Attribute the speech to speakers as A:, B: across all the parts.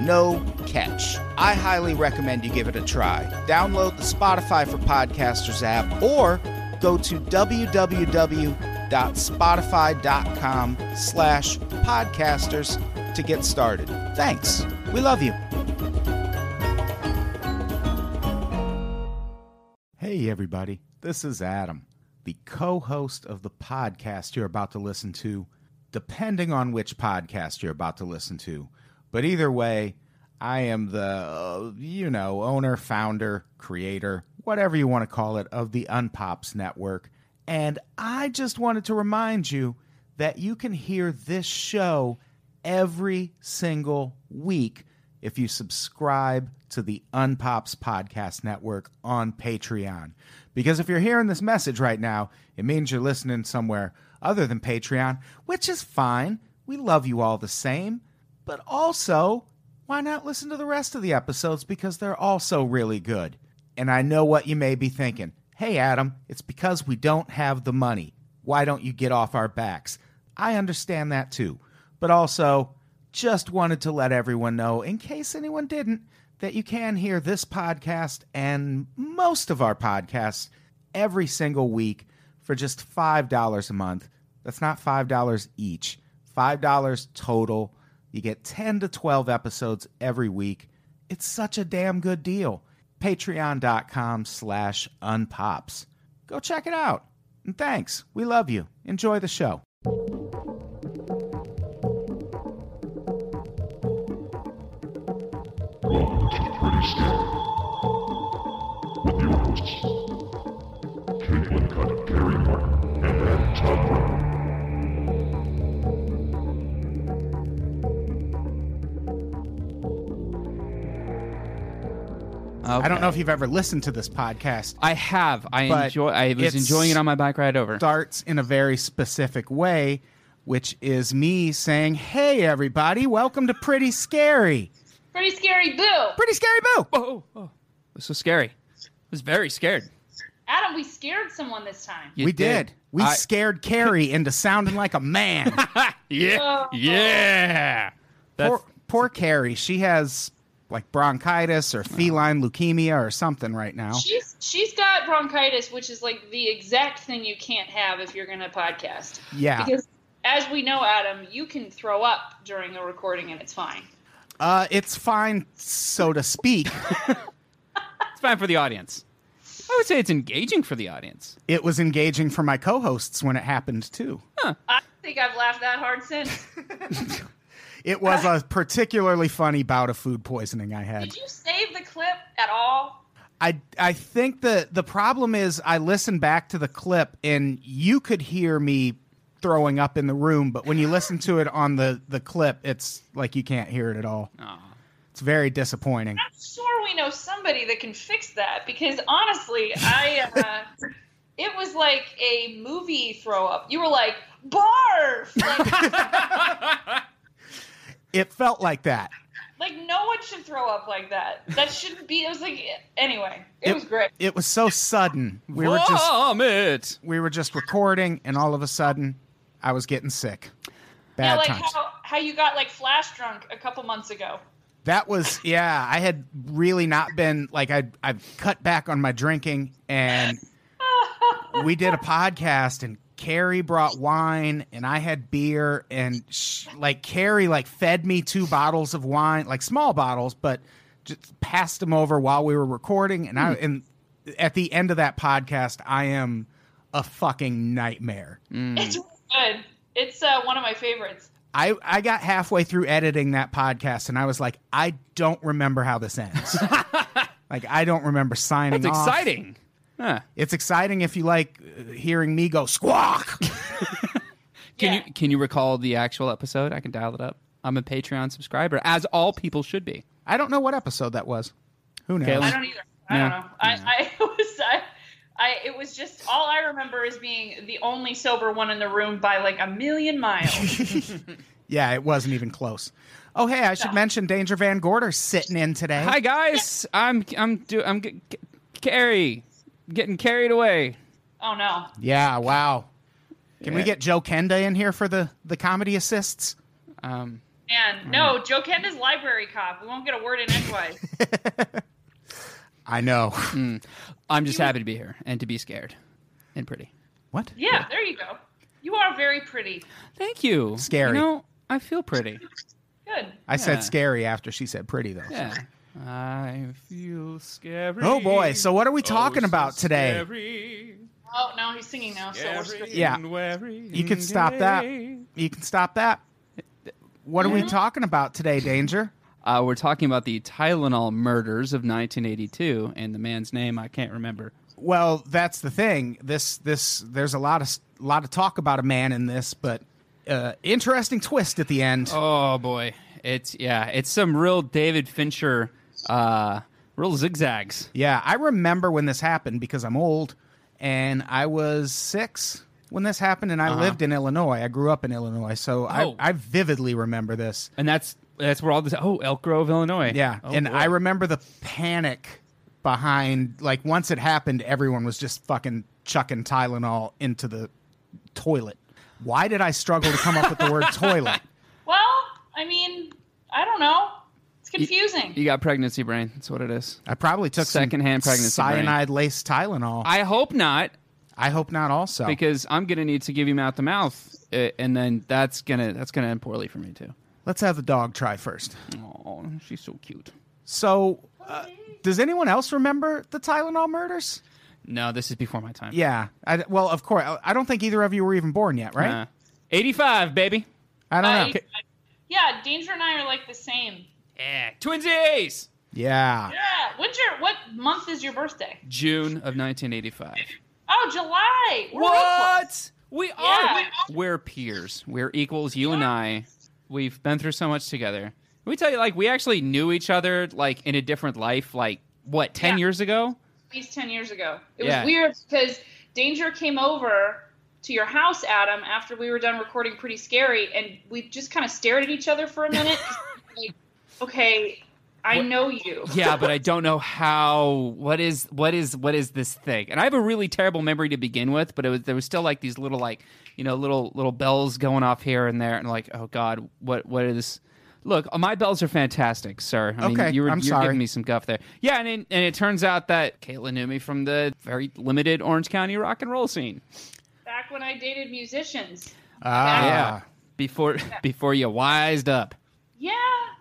A: no catch. I highly recommend you give it a try. Download the Spotify for Podcasters app or go to www.spotify.com slash podcasters to get started. Thanks. We love you. Hey, everybody. This is Adam, the co host of the podcast you're about to listen to, depending on which podcast you're about to listen to. But either way, I am the, uh, you know, owner, founder, creator, whatever you want to call it, of the Unpops Network. And I just wanted to remind you that you can hear this show every single week if you subscribe to the Unpops Podcast Network on Patreon. Because if you're hearing this message right now, it means you're listening somewhere other than Patreon, which is fine. We love you all the same. But also, why not listen to the rest of the episodes because they're also really good? And I know what you may be thinking. Hey, Adam, it's because we don't have the money. Why don't you get off our backs? I understand that too. But also, just wanted to let everyone know, in case anyone didn't, that you can hear this podcast and most of our podcasts every single week for just $5 a month. That's not $5 each, $5 total. You get 10 to 12 episodes every week. It's such a damn good deal. Patreon.com slash unpops. Go check it out. And thanks. We love you. Enjoy the show.
B: Welcome to the Pretty Scare with your hosts, Caitlin Cutt, Gary Martin, and Adam Todd Brown.
A: I don't know if you've ever listened to this podcast.
C: I have. I
A: But
C: enjoy. I was
A: it's-
C: enjoying it on my bike ride over.
A: starts in a very specific way, which is me saying, Hey, everybody, welcome to Pretty Scary.
D: Pretty scary boo.
A: Pretty Scary Boo.
C: Oh, oh, it was so scary. I was very scared.
D: Adam, we scared someone this time.
C: You
A: We did. We
C: I-
A: scared Carrie into sounding like a man.
C: yeah,
D: Oh.
C: yeah. That's
A: poor, poor Carrie. She has like bronchitis
D: Oh.
A: or feline leukemia or something right now.
D: She's she's got bronchitis, which is like the exact thing you can't have if you're gonna podcast.
A: Yeah.
D: Because as we know, Adam, you can throw up during a recording and it's fine.
A: Uh, it's fine, so to speak.
C: it's fine for the audience. I would say it's engaging for the audience.
A: it was engaging for my co hosts when it happened, too.
D: I don't think I've laughed that hard since.
A: It was a particularly funny bout of food poisoning I had.
D: Did you save the clip at all?
A: I I think the the problem is I listened back to the clip and you could hear me throwing up in the room, but when you listen to it on the the clip, it's like you can't hear it at all.
C: Aw.
A: It's very disappointing.
D: I'm sure we know somebody that can fix that because honestly, I uh, it was like a movie throw up. You were like barf. Like,
A: It felt like that.
D: Like no one should throw up like that. That shouldn't be. It was like anyway. It, was great.
A: It was so sudden. We were just
C: Vomit.
A: we were just recording and all of a sudden I was getting sick.
D: Yeah,
A: Bad
D: like
A: times.
D: how how you got like flash drunk a couple months ago.
A: That was yeah. I had really not been like I I've cut back on my drinking, and we did a podcast, and Carrie brought wine and I had beer and sh like Carrie like fed me two bottles of wine, like small bottles, but just passed them over while we were recording and I and at the end of that podcast I am a fucking nightmare.
D: It's really good. It's uh, one of my favorites.
A: I I got halfway through editing that podcast and I was like I don't remember how this ends. like I don't remember signing
C: It's
A: off.
C: exciting. Huh.
A: It's exciting if you like uh, hearing me go squawk.
C: Can
D: Yeah.
C: you can you recall the actual episode? I can dial it up. I'm a Patreon subscriber, as all people should be.
A: I don't know what episode that was. Who knows?
C: Okay,
D: I don't either. I
C: Yeah.
D: don't know. I, I was I, I it was just all I remember is being the only sober one in the room by like a million miles.
A: yeah, it wasn't even close. Oh, hey, I should mention Danger Van Gorder sitting in today.
C: Hi guys, I'm I'm do I'm g- g- Carrie, getting carried away.
D: oh no.
A: Yeah, wow. Can we
C: Yeah.
A: get Joe Kenda in here for the, the comedy assists?
C: Um,
D: Man, no, Joe Kenda's library cop. We won't get a word in edgewise.
A: I know.
C: Mm. I'm just happy to be here and to be scared and pretty.
A: what?
D: Yeah, there you go. You are very pretty.
C: Thank you.
A: Scary.
C: You know, I feel pretty.
D: Good.
A: I
C: Yeah.
A: said scary after she said pretty, though.
C: Yeah. I feel scary.
A: Oh, boy. So, what are we talking about today?
D: Oh no, he's singing now, so we're screwed.
A: Yeah. You can stop that. You can stop that. What are we talking about today, Danger?
C: Uh, we're talking about the Tylenol murders of 1982, and the man's name I can't remember.
A: Well, that's the thing. This this there's a lot of s- lot of talk about a man in this, but uh, interesting twist at the end.
C: Oh boy, it's yeah, it's some real David Fincher, uh, real zigzags.
A: Yeah, I remember when this happened because I'm old and I was six when this happened and I lived in Illinois. I grew up in Illinois, so
C: Oh.
A: I, I vividly remember this.
C: And that's that's where all this. Oh, Elk Grove, Illinois.
A: Yeah,
C: Oh,
A: and
C: boy.
A: I remember the panic behind, like, once it happened, everyone was just fucking chucking Tylenol into the toilet. Why did I struggle to come up with the word toilet?
D: Well, I mean, I don't know. It's confusing.
C: you got pregnancy brain. That's what it is.
A: I probably took some
C: Secondhand pregnancy brain.
A: cyanide laced Tylenol. I,
C: I hope not,
A: hope not. Also,
C: because I'm gonna need to give you mouth to mouth, uh, and then that's gonna that's gonna end poorly for me too.
A: let's have the dog try first.
C: Oh, she's so cute.
A: So, uh, does anyone else remember the Tylenol murders?
C: No, this is before my time.
A: Yeah. I, well, of course. I- I don't think either of you were even born yet, right?
C: Uh, 85, baby.
A: I don't know.
D: I- I- yeah, Danger and I are like the same.
C: Yeah, twinsies.
A: yeah.
D: Yeah. When's your what month is your birthday?
C: June of 1985.
D: Oh, July. We're real close.
C: What? We are.
D: Yeah.
C: We're peers. We're equals. You and I. We've been through so much together. Let me tell you, like, we actually knew each other, like, in a different life, like, what, 10
D: Yeah.
C: years ago?
D: At least ten years ago. It
C: Yeah.
D: was weird because Danger came over to your house, Adam, after we were done recording Pretty Scary, and we just kind of stared at each other for a minute. like, okay, I
C: What-
D: know you.
C: yeah, but I don't know how. What is what is what is this thing? And I have a really terrible memory to begin with, but it was there was still like these little like you know little little bells going off here and there, and like oh god, what what is? Look, uh, my bells are fantastic, sir. I
A: Okay,
C: mean, you were,
A: I'm
C: you're
A: sorry.
C: giving me some guff there. Yeah, and it, and it turns out that Caitlin knew me from the very limited Orange County rock and roll scene.
D: Back when I dated musicians.
A: Ah.
C: yeah, Uh, before before you wised up.
D: Yeah.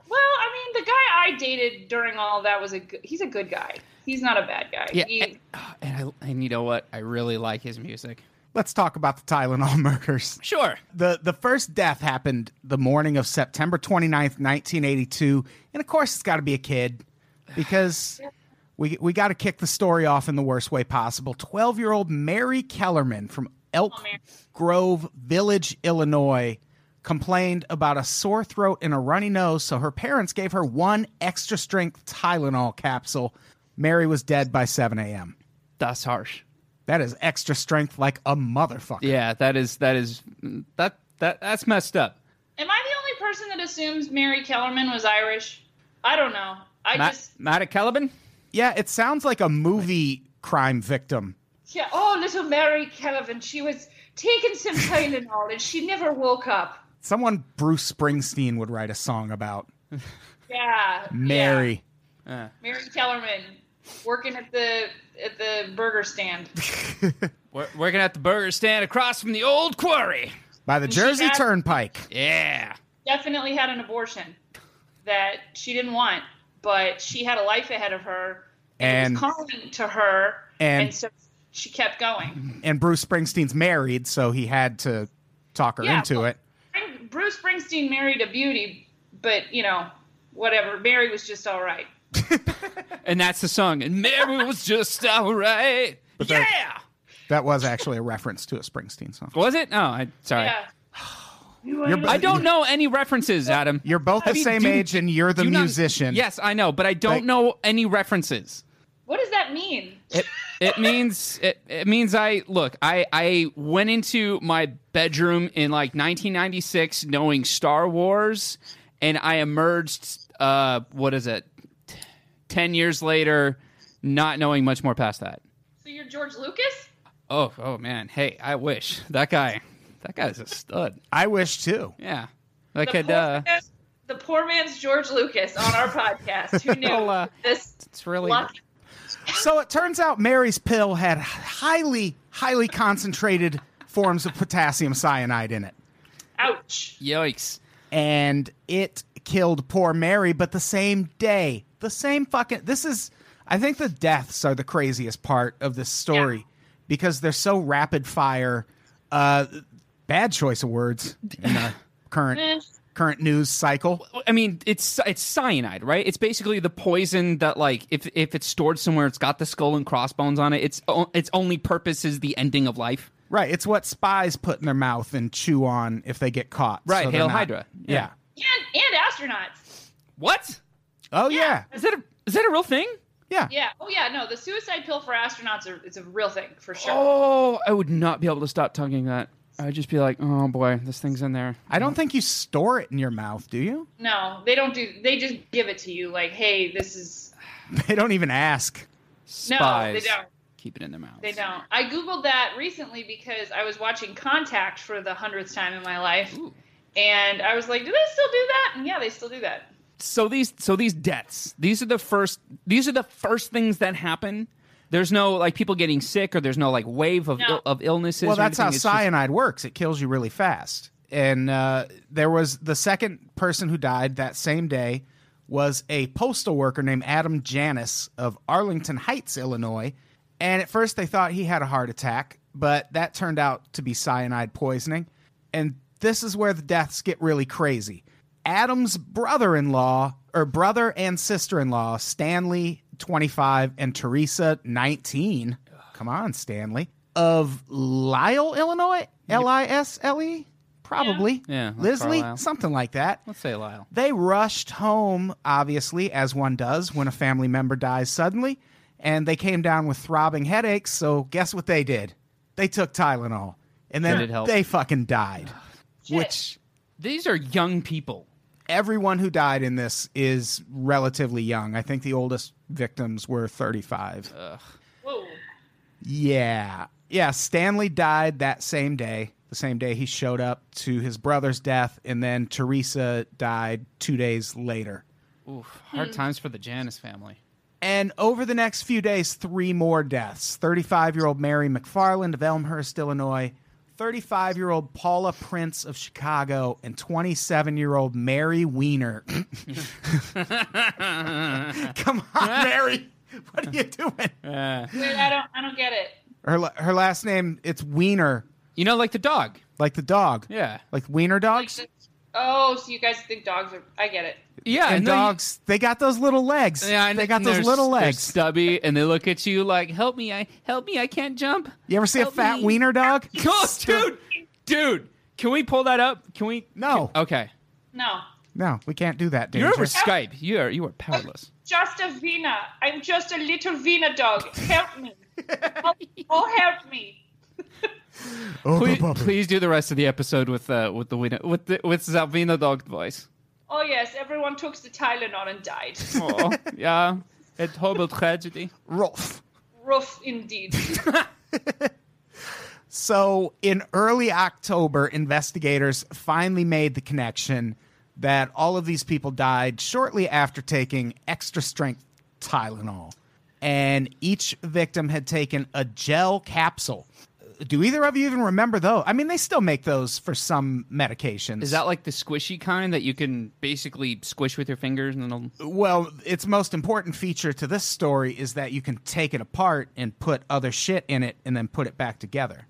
D: Well, I mean, the guy I dated during all that was a good, he's a good guy. He's not a bad guy.
C: Yeah,
D: He-
C: and, and, I, and you know what? I really like his music.
A: Let's talk about the Tylenol murders.
C: Sure.
A: The the first death happened the morning of September 29th, 1982, and of course it's got to be a kid because we we got to kick the story off in the worst way possible. 12-year-old Mary Kellerman from Elk
D: Oh, Mary.
A: Grove Village, Illinois, complained about a sore throat and a runny nose, so her parents gave her one extra strength Tylenol capsule. Mary was dead by 7 a.m.
C: That's harsh.
A: That is extra strength like a motherfucker.
C: Yeah, that is that is that that that's messed up.
D: am I the only person that assumes Mary Kellerman was Irish? I don't know. I
C: Matt,
D: just,
C: Matt at Caliban?
A: Yeah, it sounds like a movie crime victim.
D: yeah. Oh, little Mary Kellerman. She was taking some Tylenol and she never woke up.
A: Someone Bruce Springsteen would write a song about
D: Yeah.
A: Mary.
D: yeah. Mary Kellerman working at the, at the burger stand.
C: We're, we're gonna have the burger stand across from the old quarry.
A: By the
D: And she
A: Jersey
D: had-
A: Turnpike.
C: Yeah.
D: definitely had an abortion that she didn't want, but she had a life ahead of her and, it
A: And-
D: was calling to her,
A: and-
D: and so she kept going.
A: And Bruce Springsteen's married, so he had to talk her
D: Yeah,
A: into
D: well-
A: it.
D: Spring- Bruce Springsteen married a beauty, but you know, whatever. Mary was just all right.
C: And that's the song. And Mary was just all right. yeah.
A: that- That was actually a reference to a Springsteen song.
C: Was it? Oh, I, sorry.
D: Yeah.
A: You're, bo-
C: I don't know any references, Adam.
A: You're both the
C: I mean,
A: same
C: do-
A: age, and you're the
C: Do not-
A: musician.
C: yes, I know, but I don't
A: Like-
C: know any references.
D: What does that mean?
C: It it means it, it means I look. I I went into my bedroom in like 1996 knowing Star Wars, and I emerged. Uh, what is it? T- Ten years later, not knowing much more past that.
D: So you're George Lucas?
C: Oh oh man. Hey, I wish that guy. That guy's a stud.
A: I wish too.
C: Yeah. That
D: The,
C: could.
D: poor,
C: Uh,
D: man's, the poor man's George Lucas on our podcast. Who knew
C: Well, uh,
D: this?
C: it's really.
D: lucky-
A: So it turns out Mary's pill had highly, highly concentrated forms of potassium cyanide in it.
D: Ouch.
C: Yikes.
A: And it killed poor Mary, but the same day. The same fucking. This is. I think the deaths are the craziest part of this story because they're so rapid fire. Uh, bad choice of words in our
D: Eh.
A: current current news cycle.
C: I mean, it's it's cyanide, right? It's basically the poison that, like, if if it's stored somewhere, it's got the skull and crossbones on it. Its o- its only purpose is the ending of life.
A: Right, it's what spies put in their mouth and chew on if they get caught.
C: Right,
A: they're
C: Hail Hydra.
A: Yeah.
C: Yeah.
D: And, and astronauts.
C: What
A: Oh yeah.
C: is that? A, is that a real thing?
A: yeah,
D: Yeah. Oh, yeah. No, the suicide pill for astronauts are, is a real thing for sure.
C: Oh, I would not be able to stop tonguing that. I'd just be like, oh boy, this thing's in there.
A: I don't think you store it in your mouth, do you?
D: No, they don't do. They just give it to you. Like, hey, this is.
A: They don't even ask.
C: Spies.
D: No, they don't.
C: Keep it in their mouths.
D: They don't. I googled that recently because I was watching Contact for the hundredth time in my life,
C: Ooh.
D: and I was like, do they still do that? And yeah, they still do that.
C: so these so these deaths these are the first these are the first things that happen there's no like people getting sick or there's no like wave of
D: No.
C: Ill, of illnesses
A: Well,
C: or
A: that's how
C: anything. It's just-
A: cyanide works. It kills you really fast. And uh, there was the second person who died that same day was a postal worker named Adam Janis of Arlington Heights, Illinois. And at first they thought he had a heart attack, but that turned out to be cyanide poisoning. And this is where the deaths get really crazy. Adam's brother in law, or brother and sister in law, Stanley, 25, and Teresa, 19. Come on, Stanley. Of Lyle, Illinois? L I S L E? Probably.
C: Yeah, like
A: Lisley?
C: Carlisle.
A: Something like that.
C: let's say lyle
A: They rushed home, obviously, as one does when a family member dies suddenly, and they came down with throbbing headaches. So, guess what they did? They took Tylenol, and
C: Did it
A: then
C: help?
A: they fucking died. Which
C: these are young people
A: everyone who died in this is relatively young. I think the oldest victims were 35.
D: Whoa.
A: Yeah. Yeah. Stanley died that same day, the same day he showed up to his brother's death, and then Teresa died two days later.
C: Oof, hard times for the janice family
A: And over the next few days, three more deaths 35 year old Mary McFarland of Elmhurst, Illinois, 35 year old Paula Prince of Chicago, and 27 year old Mary Wiener. Come on, Mary. What are you doing?
D: Wait, I don't. I don't get it.
A: Her, la- her last name, it's Wiener,
C: you know like the dog
A: like the dog.
C: yeah
A: Like wiener dogs?
D: Oh, so you guys think dogs are? I get it.
C: yeah
A: And
C: then you-
A: dogs, they got those little legs.
C: yeah, and
A: they got
C: and
A: those
C: they're-
A: little
C: they're
A: legs.
C: stubby and they look at you like help me i help me i can't jump
A: You ever see a
C: help
A: fat
C: me.
A: wiener dog?
C: oh, dude dude can we pull that up can we
A: No.
C: okay
D: No,
A: No, we can't do that,
C: you're
A: Danger.
C: over skype you are you are powerless
D: just a Vina. I'm just a little Vina dog. Help me. Help- oh, help me.
A: Oh,
C: please, please do the rest of the episode with uh, with the wiener- with the, with Salvino dog voice.
D: Oh yes, everyone took the Tylenol and died.
C: Oh, yeah, a horrible tragedy.
A: Rolf.
D: Rough indeed.
A: So, in early October, investigators finally made the connection that all of these people died shortly after taking extra strength Tylenol. And each victim had taken a gel capsule. do either of you even remember those? I mean, they still make those for some medications.
C: Is that like the squishy kind that you can basically squish with your fingers and then it'll
A: Well, its most important feature to this story is that you can take it apart and put other shit in it and then put it back together.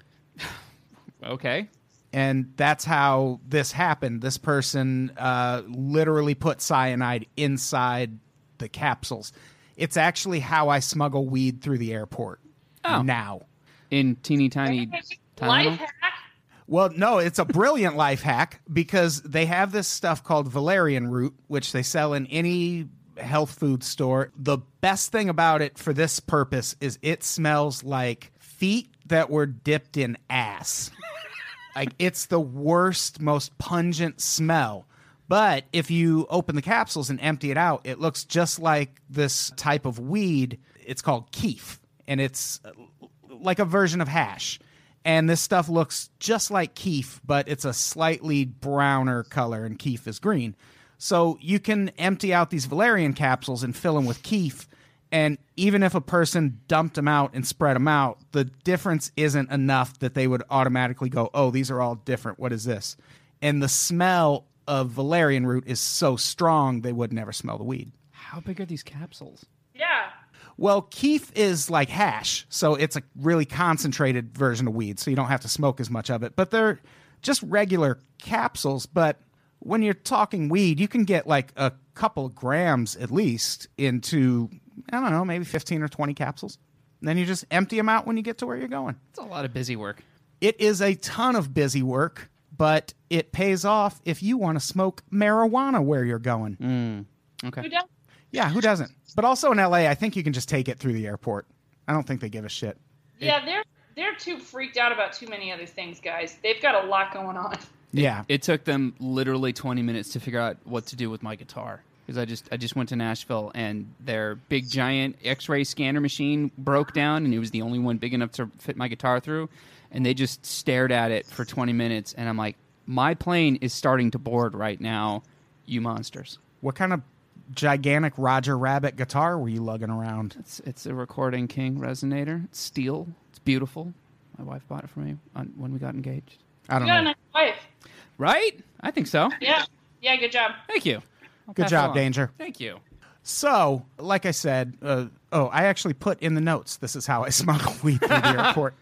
C: okay?
A: And that's how this happened. This person uh, literally put cyanide inside the capsules. It's actually how I smuggle weed through the airport
C: Oh.
A: now.
C: In teeny tiny
D: Life
C: Tylenol?
D: hack.
A: Well, no, it's a brilliant life hack because they have this stuff called valerian root, which they sell in any health food store. The best thing about it for this purpose is it smells like feet that were dipped in ass. like it's the worst, most pungent smell. But if you open the capsules and empty it out, it looks just like this type of weed. It's called keef, and it's uh, like a version of hash. And this stuff looks just like keef, but it's a slightly browner color, and keef is green. So you can empty out these valerian capsules and fill them with keef. And even if a person dumped them out and spread them out, the difference isn't enough that they would automatically go, oh, these are all different. What is this? And the smell of valerian root is so strong, they would never smell the weed.
C: How big are these capsules?
D: Yeah.
A: Well, keef is like hash, so it's a really concentrated version of weed, so you don't have to smoke as much of it. But they're just regular capsules, but when you're talking weed, you can get like a couple grams at least into I don't know, maybe 15 or 20 capsules. And then you just empty them out when you get to where you're going.
C: That's a lot of busy work.
A: It is a ton of busy work, but it pays off if you want to smoke marijuana where you're going.
D: Who does?
A: Yeah, who doesn't? But also in LA, I think you can just take it through the airport. I don't think they give a shit.
D: Yeah, they're they're too freaked out about too many other things, guys. They've got a lot going
C: Uh-huh.
D: on.
A: Yeah.
C: It took them literally 20 minutes to figure out what to do with my guitar because I just I just went to Nashville and their big giant X-ray scanner machine broke down and it was the only one big enough to fit my guitar through, and they just stared at it for 20 minutes and I'm like, my plane is starting to board right now, you monsters.
A: What kind of gigantic Roger Rabbit guitar were you lugging around?
C: It's it's a recording King resonator, it's steel, it's beautiful. My wife bought it for me on, when we got engaged.
A: I
D: You
A: don't
D: got a
A: know.
D: nice wife.
C: Right? I think so.
D: Yeah. Yeah, good job.
C: Thank you. I'll
A: Good
C: pass it
A: job,
C: along.
A: Danger.
C: Thank you.
A: So, like I said, uh, oh, I actually put in the notes. This is how I smuggle weed through the airport.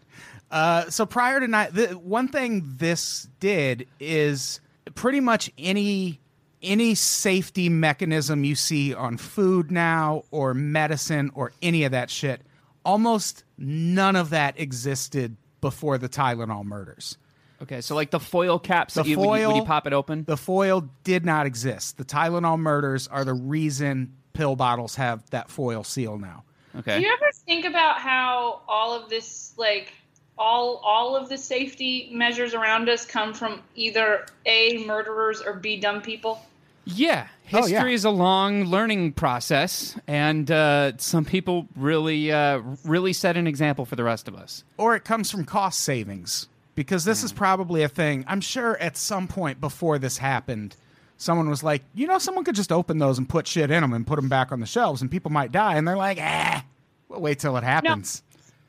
A: Uh, so prior to night, the, one thing this did is pretty much any any safety mechanism you see on food now or medicine or any of that shit. Almost none of that existed before the Tylenol murders.
C: Okay, so like the foil caps
A: The
C: that you, when you, when you
A: foil-
C: pop it open.
A: The foil did not exist. The Tylenol murders are the reason pill bottles have that foil seal now.
C: okay.
D: Do you ever think about how all of this like all all of the safety measures around us come from either A murderers or B dumb people?
C: Yeah,
A: Oh, yeah.
C: history is a long learning process, and uh, some people really, uh, really set an example for the rest of us.
A: or it comes from cost savings because this is probably a thing. I'm sure at some point before this happened, someone was like, you know, someone could just open those and put shit in them and put them back on the shelves and people might die. And they're like, ah, we'll wait till it happens.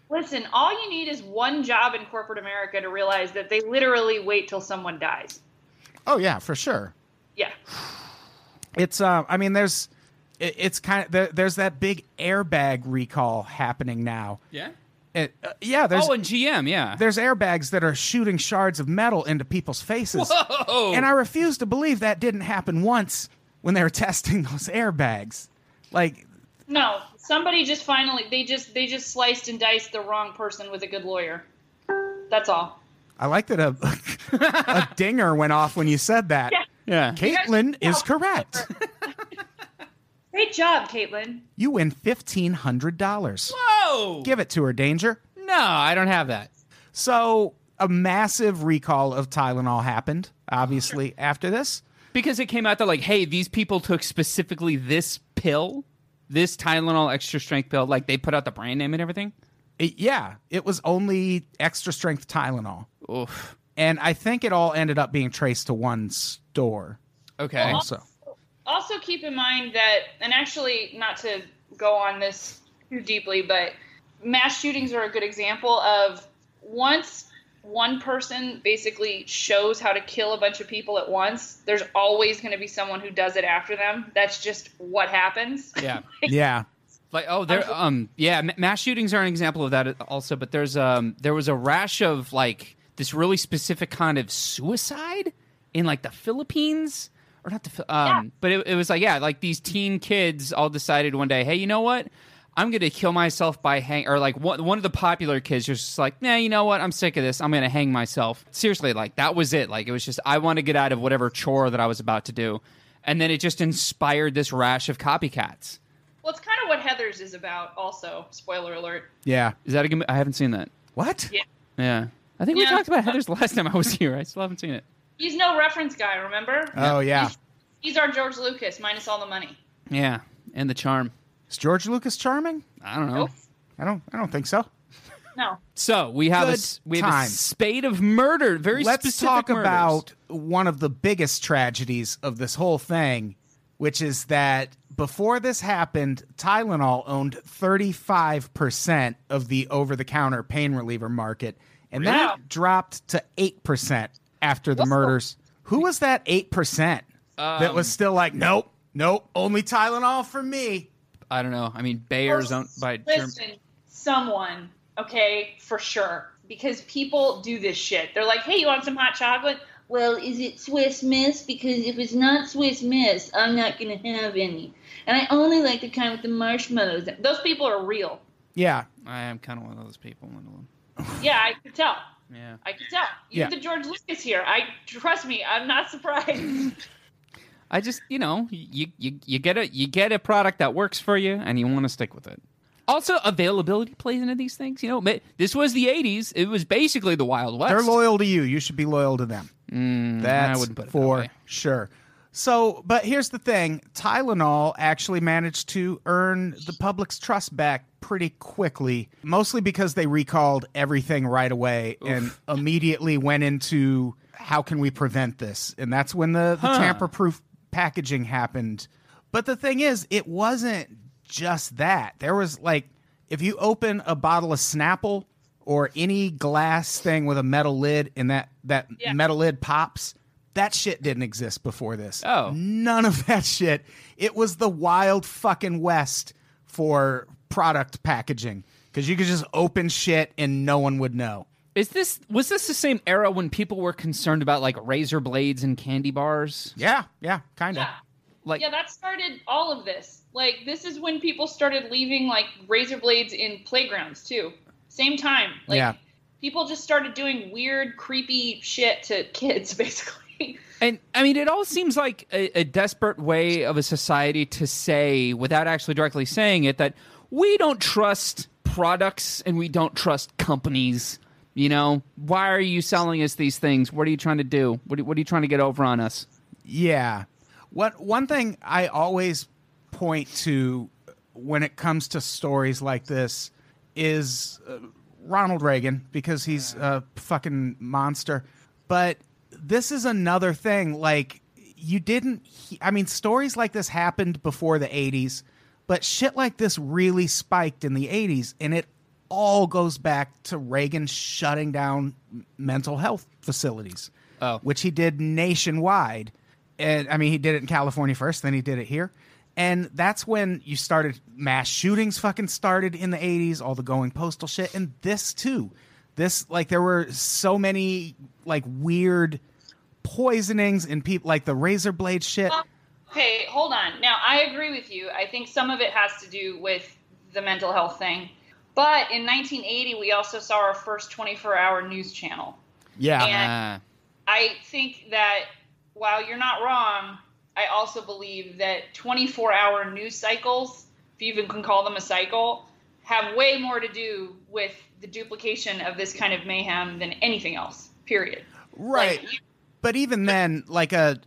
D: Listen, all you need is one job in corporate America to realize that they literally wait till someone dies.
A: Oh, yeah, for sure.
D: Yeah.
A: It's, uh, I mean, there's, it, it's kind of, there, there's that big airbag recall happening now.
C: Yeah.
A: It- uh, yeah, there's,
C: oh, and GM, yeah.
A: there's airbags that are shooting shards of metal into people's faces.
C: Whoa!
A: And I refuse to believe that didn't happen once when they were testing those airbags. Like,
D: No, somebody just finally they just they just sliced and diced the wrong person with a good lawyer. That's all.
A: I like that a, a dinger went off when you said that.
C: yeah.
A: Caitlin is correct.
D: Great job, Caitlin.
A: You win $1,500.
C: Whoa!
A: Give it to her, Danger.
C: Oh! no, I don't have that.
A: So, a massive recall of Tylenol happened, obviously, after this.
C: Because it came out that, like, hey, these people took specifically this pill, this Tylenol extra strength pill. Like, they put out the brand name and everything.
A: It- yeah, it was only extra strength Tylenol.
C: Oof.
A: And I think it all ended up being traced to one store.
C: Okay.
A: Also,
D: Also keep in mind that and actually not to go on this too deeply, but mass shootings are a good example of once one person basically shows how to kill a bunch of people at once, there's always going to be someone who does it after them. That's just what happens.
C: Yeah.
A: Yeah.
C: Like oh, there um yeah, ma- mass shootings are an example of that also. But there's um there was a rash of like this really specific kind of suicide in like the Philippines or not the Phil- um, but it, it was like yeah, like these teen kids all decided one day, hey, you know what? I'm gonna kill myself by hang or like one one of the popular kids was just like, nah, you know what? I'm sick of this. I'm gonna hang myself. Seriously, like that was it. Like it was just I want to get out of whatever chore that I was about to do, and then it just inspired this rash of copycats.
D: Well, it's kind of what Heather's is about, also. Spoiler alert.
A: Yeah.
C: Is that a good? mo- I haven't seen that.
A: What?
D: Yeah.
C: Yeah, I think we
D: Yeah.
C: talked about Heather's last time I was here. I still haven't seen it.
D: He's no reference guy, remember?
A: Oh yeah.
D: He's our George Lucas, minus all the money.
C: Yeah, and the charm.
A: Is George Lucas charming?
C: I don't know.
D: Nope.
A: I don't. I don't think so.
D: No.
C: So we have a s-
A: Good
C: we have a
A: time.
C: spade of murder. Very
A: Let's
C: specific
A: talk
C: murders.
A: about one of the biggest tragedies of this whole thing, which is that before this happened, Tylenol owned 35% of the over the counter pain reliever market, and
D: Wow.
A: that dropped to 8% after the
D: Whoa. Um,
A: murders. Who was that 8%
C: Um,
A: that was still like, nope, nope, only Tylenol for me?
C: I don't know. I mean, Bayer's owned by Germ-
D: Listen, someone, okay, for sure. Because people do this shit. They're like, hey, you want some hot chocolate?
E: Well, is it Swiss Miss? Because if it's not Swiss Miss, I'm not going to have any. And I only like the kind with the marshmallows.
D: Those people are real.
A: Yeah.
C: I am kind of one of those people. one of them.
D: Yeah, I could tell.
C: Yeah.
D: I could tell. You're
A: Yeah.
D: the George Lucas here. I trust me, I'm not surprised.
C: I just, you know, you, you you get a you get a product that works for you, and you want to stick with it. Also, availability plays into these things. You know, ma- this was the '80s; it was basically the Wild West.
A: They're loyal to you. You should be loyal to them. That's
C: Mm, wouldn't put it that
A: for
C: way.
A: sure. So, but here's the thing: Tylenol actually managed to earn the public's trust back pretty quickly, mostly because they recalled everything right away and immediately went into how can we prevent this, and that's when the, the
C: Huh.
A: tamper-proof packaging happened. But the thing is, it wasn't just that. There was like, if you open a bottle of Snapple or any glass thing with a metal lid, and that that
D: Yeah.
A: metal lid pops, that shit didn't exist before this.
C: Oh.
A: none of that shit. It was the wild fucking west for product packaging because you could just open shit and no one would know.
C: Is this was this the same era when people were concerned about like razor blades and candy bars?
A: Yeah, yeah, kind of.
D: yeah.
C: Like,
D: yeah, that started all of this. Like, this is when people started leaving like razor blades in playgrounds too. Same time. Like,
A: Yeah.
D: people just started doing weird, creepy shit to kids, basically.
C: and I mean, it all seems like a, a desperate way of a society to say, without actually directly saying it, that we don't trust products and we don't trust companies. You know, why are you selling us these things? What are you trying to do? What are, what are you trying to get over on us?
A: Yeah. What one thing I always point to when it comes to stories like this is uh, Ronald Reagan because he's a fucking monster. But this is another thing like you didn't he- I mean stories like this happened before the 80s, but shit like this really spiked in the 80s and it all goes back to Reagan shutting down m- mental health facilities
C: Oh.
A: which he did nationwide. And I mean, he did it in California first, then he did it here. And that's when you started mass shootings fucking started in the 80s, all the going postal shit. And this too. This, like, there were so many, like, weird poisonings and people, like the razor blade shit.
D: okay, hold on. Now, I agree with you. I think some of it has to do with the mental health thing. But in 1980, we also saw our first 24 hour news channel.
A: Yeah.
D: And-
C: Ah.
D: I think that while you're not wrong, I also believe that 24 hour news cycles, if you even can call them a cycle, have way more to do with the duplication of this kind of mayhem than anything else, period.
A: Right. but even then, like, a.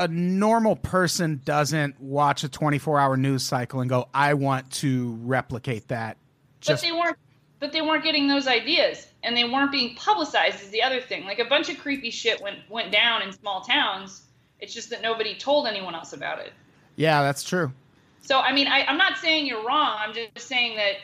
A: A normal person doesn't watch a 24 hour news cycle and go, I want to replicate that.
D: But
A: Just
D: they weren't but they weren't getting those ideas and they weren't being publicized is the other thing. Like a bunch of creepy shit went went down in small towns. It's just that nobody told anyone else about it.
A: yeah, that's true.
D: So I mean, I, I'm not saying you're wrong. I'm just saying that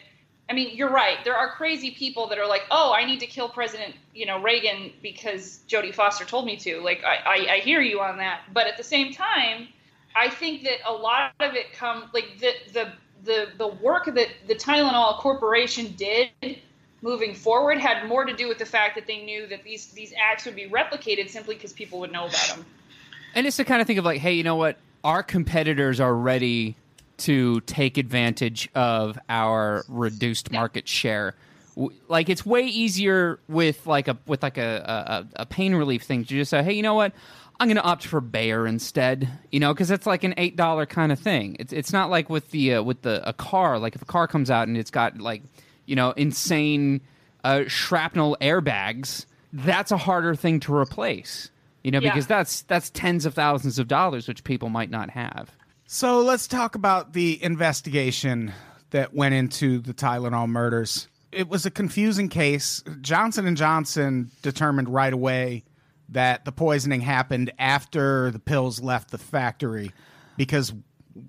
D: I mean, you're right. There are crazy people that are like, "Oh, I need to kill President, you know, Reagan because Jodie Foster told me to." Like, I, I, I hear you on that, but at the same time, I think that a lot of it comes like the the the the work that the Tylenol Corporation did moving forward had more to do with the fact that they knew that these these acts would be replicated simply because people would know about them.
C: And it's the kind of thing of like, hey, you know what? Our competitors are ready to take advantage of our reduced market share. W- Like it's way easier with like a with like a a, a- a pain relief thing to just say, hey, you know what? I'm going to opt for Bayer instead, you know, because it's like an eight dollar kind of thing. It's it's not like with the uh, with the a car. Like if a car comes out and it's got like you know insane uh, shrapnel airbags, that's a harder thing to replace, you know,
D: Yeah.
C: because that's that's tens of thousands of dollars which people might not have.
A: So let's talk about the investigation that went into the Tylenol murders. It was a confusing case. Johnson and Johnson determined right away that the poisoning happened after the pills left the factory because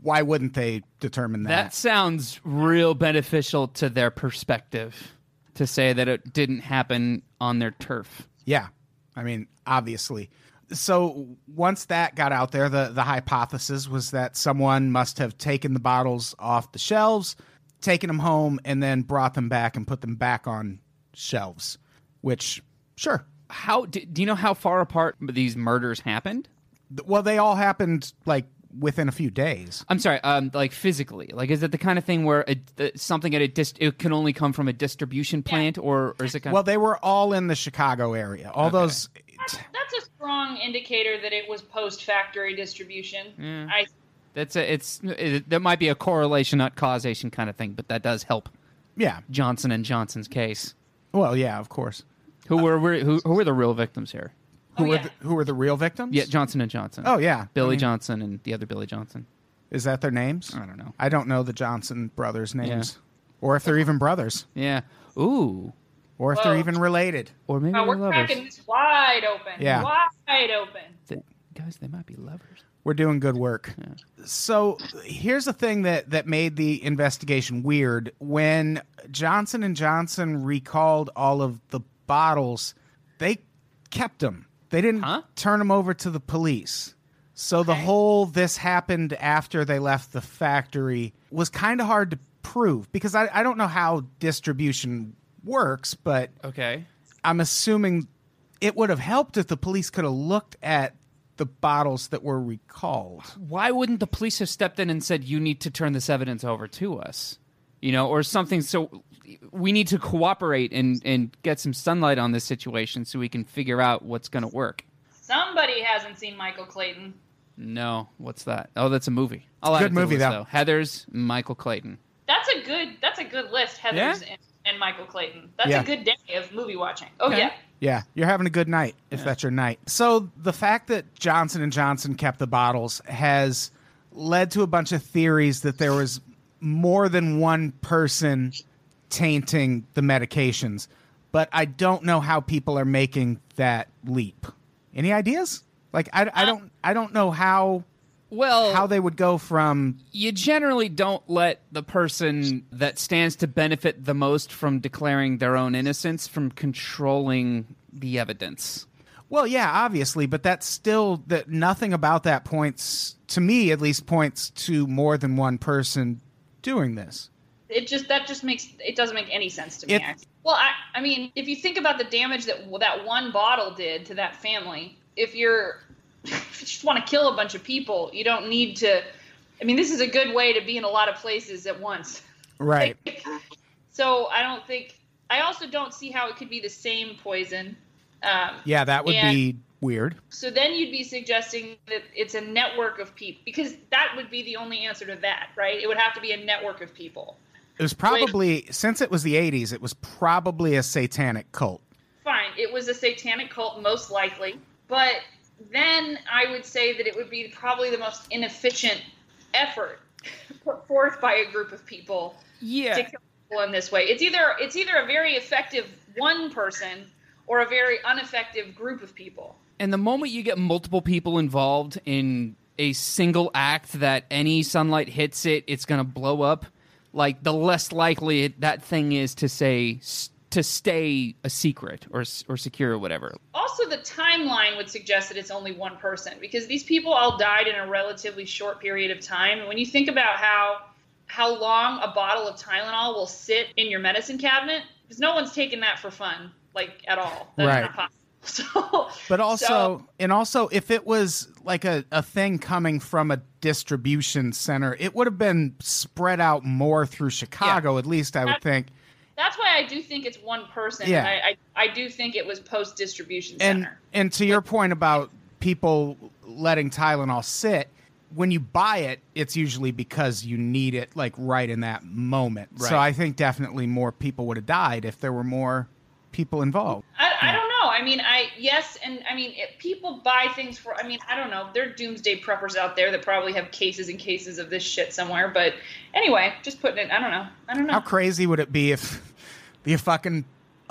A: why wouldn't they determine that?
C: That sounds real beneficial to their perspective to say that it didn't happen on their turf.
A: Yeah. I mean, obviously. So once that got out there, the, the hypothesis was that someone must have taken the bottles off the shelves, taken them home, and then brought them back and put them back on shelves, which, sure.
C: How do, do you know how far apart these murders happened?
A: Th- Well, they all happened like within a few days.
C: I'm sorry, um, like physically, like is it the kind of thing where it, uh, something at a dis- it can only come from a distribution plant, or, or is it kind
A: Well, they were all in the Chicago area. All those.
D: That's a strong indicator that it was post factory distribution. I
C: of that's a, it's it, there might be a correlation, not causation, kind of thing, but that does help
A: Yeah.
C: Johnson and Johnson's case.
A: Well, yeah, of course.
C: Who were, were who, who were the real victims here?
A: Who
D: Oh,
A: were
D: yeah.
A: the, who were the real victims?
C: Yeah, Johnson and Johnson.
A: Oh yeah,
C: Billy
A: I mean,
C: Johnson and the other Billy Johnson.
A: Is that their names?
C: I don't know.
A: I don't know the Johnson brothers' names, or if they're even brothers,
C: Yeah. Ooh.
A: or if they're
D: Whoa.
A: even related.
C: Or maybe
D: Wow,
C: they're
D: we're
C: lovers.
D: cracking this wide open.
A: Yeah.
D: Wide open.
C: Th- guys, they might be lovers.
A: We're doing good work. So here's the thing that that made the investigation weird: when Johnson and Johnson recalled all of the bottles, they kept them. They didn't
C: Huh?
A: turn them over to the police. So the whole this happened after they left the factory was kind of hard to prove because I, I don't know how distribution works, but
C: Okay.
A: I'm assuming it would have helped if the police could have looked at the bottles that were recalled.
C: Why wouldn't the police have stepped in and said, "You need to turn this evidence over to us," you know, or something? So we need to cooperate and and get some sunlight on this situation so we can figure out what's going to work.
D: Somebody hasn't seen Michael Clayton.
C: No, what's that? Oh, that's a movie. I'll add
A: Good
C: it to the
A: movie,
C: list,
A: though.
C: Heather's, Michael Clayton.
D: That's a good. That's a good list. Heather's
C: Yeah?
D: and, and Michael Clayton. That's
A: Yeah.
D: a good day of movie watching. Oh
C: Okay.
D: yeah.
A: Yeah, you're having a good night if that's your night. So the fact that Johnson and Johnson kept the bottles has led to a bunch of theories that there was more than one person tainting the medications, but I don't know how people are making that leap. Any ideas? Like I, I don't I don't know how
C: Well,
A: how they would go from
C: you generally don't let the person that stands to benefit the most from declaring their own innocence from controlling the evidence.
A: Well, yeah, obviously, but that's still that nothing about that points to me at least points to more than one person doing this.
D: It just that just makes it doesn't make any sense to me.
A: It-
D: actually. well, I I mean, if you think about the damage that that one bottle did to that family, if you're if you just want to kill a bunch of people, you don't need to. I mean, this is a good way to be in a lot of places at once.
A: Right.
D: So I don't think. I also don't see how it could be the same poison. Um,
A: Yeah, that would be weird.
D: So then you'd be suggesting that it's a network of people because that would be the only answer to that, right? It would have to be a network of people.
A: It was probably since it was the 80s, it was probably a satanic cult.
D: Fine, it was a satanic cult most likely, but then I would say that it would be probably the most inefficient effort put forth by a group of people to
C: Yeah.
D: kill people in this way. It's either it's either a very effective one person or a very ineffective group of people.
C: And the moment you get multiple people involved in a single act that any sunlight hits it, it's going to blow up. like the less likely it, that thing is to say s- to stay a secret or s- or secure or whatever.
D: Also, the timeline would suggest that it's only one person because these people all died in a relatively short period of time. And when you think about how how long a bottle of Tylenol will sit in your medicine cabinet, because no one's taking that for fun, like at all. That's
A: Right.
D: not possible. So,
A: But also,
D: So-
A: and also, if it was like a, a thing coming from a distribution center, it would have been spread out more through Chicago, at least I would
D: Ab-
A: think.
D: that's why I do think it's one person.
A: Yeah.
D: And I, I I do think it was post distribution
A: And
D: center.
A: and to your point about people letting Tylenol sit, when you buy it, it's usually because you need it like right in that moment. So
C: Right.
A: I think definitely more people would have died if there were more people involved.
D: I, I don't know. I mean, I yes, and I mean, if people buy things for. I mean, I don't know. There are doomsday preppers out there that probably have cases and cases of this shit somewhere. But anyway, just putting it. I don't know. I don't know.
A: How crazy would it be if the fucking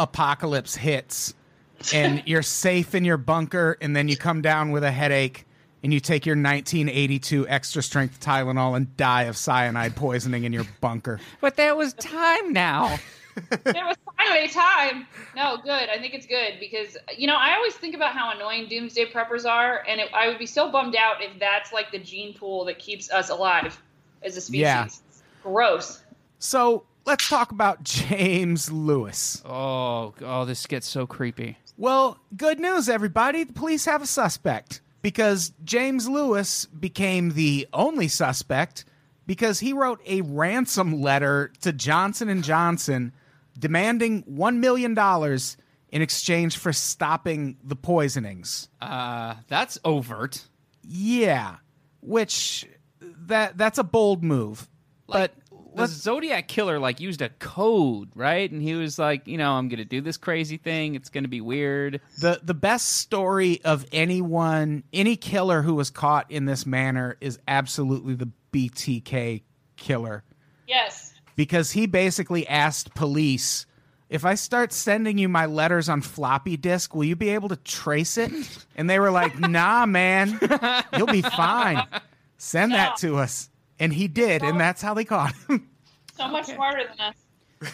A: apocalypse hits and you're safe in your bunker and then you come down with a headache and you take your 1982 extra strength Tylenol and die of cyanide poisoning in your bunker?
C: But that was time now.
D: there was finally time. No, good. I think it's good because you know I always think about how annoying doomsday preppers are, and it, I would be so bummed out if that's like the gene pool that keeps us alive as a species.
A: Yeah.
D: Gross.
A: So let's talk about James Lewis.
C: Oh, g- oh, this gets so creepy.
A: Well, good news, everybody. The police have a suspect because James Lewis became the only suspect because he wrote a ransom letter to Johnson and Johnson demanding $1 million in exchange for stopping the poisonings.
C: Uh, that's overt.
A: Yeah, which that that's a bold move.
C: Like,
A: but
C: the Zodiac killer like used a code, right? And he was like, you know, I'm gonna do this crazy thing. It's gonna be weird.
A: the the best story of anyone any killer who was caught in this manner is absolutely the BTK killer
D: Yes.
A: because he basically asked police if I start sending you my letters on floppy disk, will you be able to trace it? And they were like, "Nah, man. You'll be fine. Send that to us." And he did, and that's how they caught him.
D: So much smarter than us.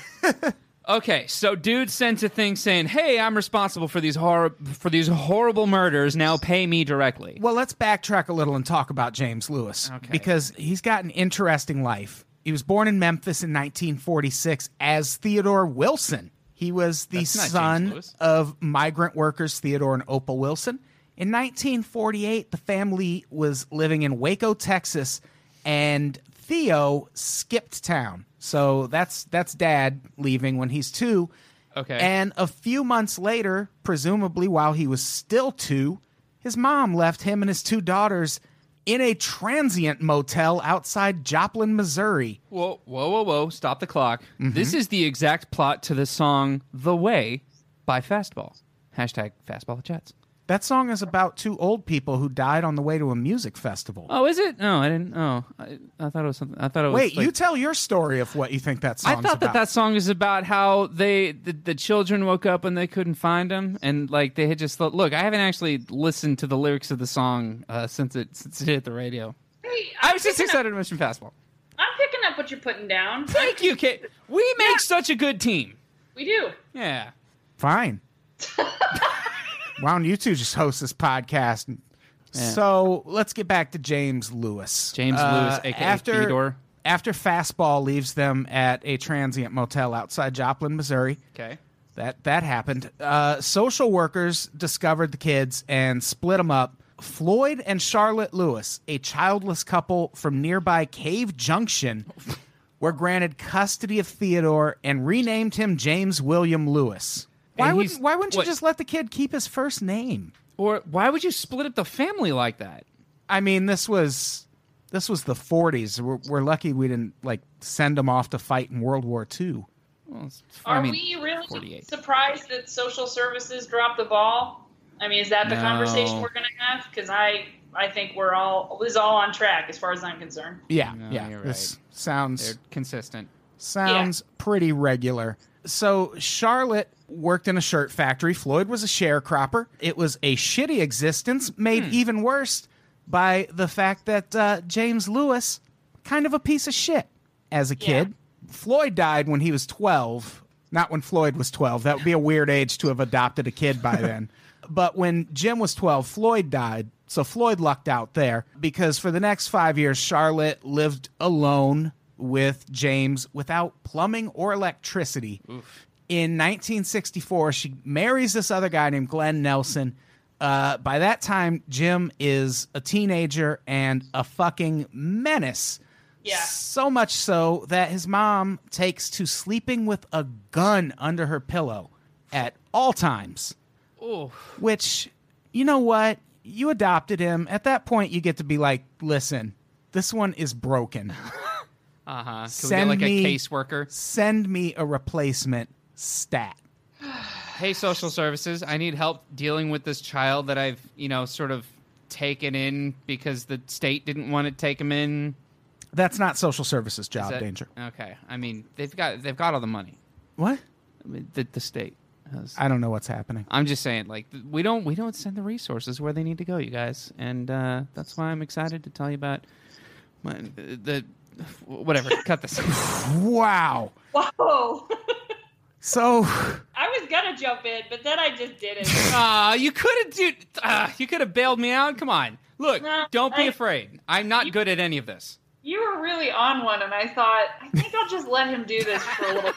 C: Okay, so dude sends a thing saying, "Hey, I'm responsible for these hor- for these horrible murders. Now pay me directly."
A: Well, let's backtrack a little and talk about James Lewis
C: Okay.
A: because he's got an interesting life. He was born in Memphis in 1946 as Theodore Wilson. He was the
C: That's not James
A: son
C: Lewis.
A: of migrant workers Theodore and Opal Wilson. In 1948, the family was living in Waco, Texas, and Theo skipped town. So that's that's dad leaving when he's 2.
C: Okay.
A: And a few months later, presumably while he was still two, his mom left him and his two daughters in a transient motel outside Joplin, Missouri.
C: Whoa, whoa, whoa, whoa! Stop the clock. This is the exact plot to the song "The Way" by Fastball. Hashtag Fastball Jets.
A: That song is about two old people who died on the way to a music festival.
C: Oh, is it? No, I didn't. Oh, I, I thought it was something. I thought it was.
A: Wait,
C: like-
A: you tell your story of what you think that
C: I
A: song's
C: thought that
A: about.
C: that song is about how they the, the children woke up and they couldn't find him, and like they had just thought, look, I haven't actually listened to the lyrics of the song uh, since it since it hit the radio.
D: Hey,
C: I was just
D: picking up-
C: excited to mention fastball.
D: I'm picking up what you're putting down.
C: Thank you, Kate. We make such a good team.
D: We do.
C: Yeah.
A: Fine. Why don't you two just host this podcast? So let's get back to James Lewis. Uh,
C: James Lewis, aka
A: after,
C: Theodore.
A: After Fastball leaves them at a transient motel outside Joplin, Missouri,
C: Okay.
A: that that happened. Uh, social workers discovered the kids and split them up. Floyd and Charlotte Lewis, a childless couple from nearby Cave Junction, were granted custody of Theodore and renamed him James William Lewis. Why
C: And
A: would
C: he's-
A: why wouldn't you
C: what-
A: just let the kid keep his first name?
C: Or why would you split up the family like that?
A: I mean, this was this was the 40s. We're, we're lucky we didn't like send them off to fight in World War II.
C: Well, it's-
D: Are
C: I mean,
D: we really
C: 48.
D: surprised that social services dropped the ball? I mean, is that the
C: No.
D: conversation we're going to have? Because I, I think we're all this is all on track as far as I'm concerned.
A: Yeah,
C: No,
A: yeah.
C: you're
A: This
C: right.
A: sounds
C: They're consistent.
A: Sounds pretty regular. So Charlotte worked in a shirt factory. Floyd was a sharecropper. It was a shitty existence, made even worse by the fact that uh, James Lewis, kind of a piece of shit as a
D: Yeah.
A: kid, Floyd died when he was 12. Not when Floyd was 12. That would be a weird age to have adopted a kid by then. but when Jim was 12, Floyd died. So Floyd lucked out there because for the next five years, Charlotte lived alone with James without plumbing or electricity. In 1964, she marries this other guy named Glenn Nelson. Uh, by that time, Jim is a teenager and a fucking menace.
D: Yeah.
A: So much so that his mom takes to sleeping with a gun under her pillow at all times.
C: Oh,
A: Which, you know what? You adopted him. At that point, you get to be like, listen, this one is broken.
C: uh huh. Can
A: Send
C: we get like
A: me-
C: a caseworker?
A: Send me a replacement stat.
C: Hey, social services, I need help dealing with this child that I've you know sort of taken in because the state didn't want to take him in.
A: That's not social services
C: Is
A: job
C: that-
A: danger.
C: Okay, I mean they've got they've got all the money.
A: What?
C: I mean, the, the state. Has,
A: I don't know what's happening.
C: I'm just saying, like th- we don't we don't send the resources where they need to go, you guys, and uh, that's why I'm excited to tell you about my, the whatever. Cut this.
A: Wow.
D: Whoa.
A: So,
D: I was gonna jump in, but then I just didn't.
C: Ah, you could have dude, ah, you could have bailed me out. Come on, look,
D: No,
C: don't be
D: I-
C: afraid. I'm not good at any of this.
D: you were really on one, and I thought, I think I'll just let him do this for a little.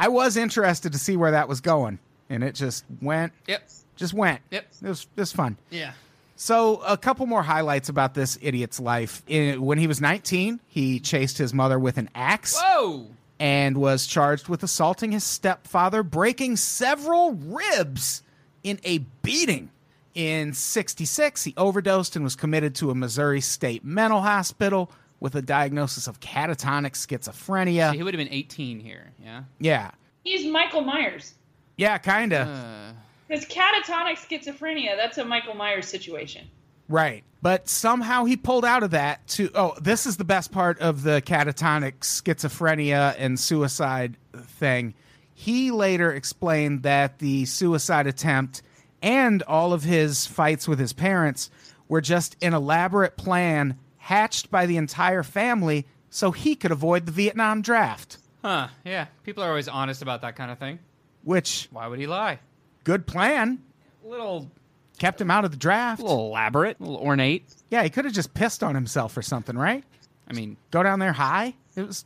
A: I was interested to see where that was going, and it just went,
C: Yep.
A: just went.
C: Yep.
A: It was just fun.
C: Yeah.
A: So, a couple more highlights about this idiot's life. In- when he was 19, he chased his mother with an axe.
C: Whoa.
A: and was charged with assaulting his stepfather, breaking several ribs in a beating. In 66, he overdosed and was committed to a Missouri State mental hospital with a diagnosis of catatonic schizophrenia.
C: So he would have been 18 here. Yeah.
A: yeah.
D: He's Michael Myers.
A: Yeah, kind of.
C: Uh,
D: Because catatonic schizophrenia, that's a Michael Myers situation.
A: Right. But somehow he pulled out of that to oh, this is the best part of the catatonic schizophrenia and suicide thing. He later explained that the suicide attempt and all of his fights with his parents were just an elaborate plan hatched by the entire family so he could avoid the Vietnam draft,
C: huh. Yeah. People are always honest about that kind of thing.
A: which
C: Why would he lie?
A: good plan
C: Little,
A: kept him out of the draft.
C: little elaborate, little ornate.
A: Yeah, he could have just pissed on himself or something, right?
C: I mean,
A: Go down there high. It was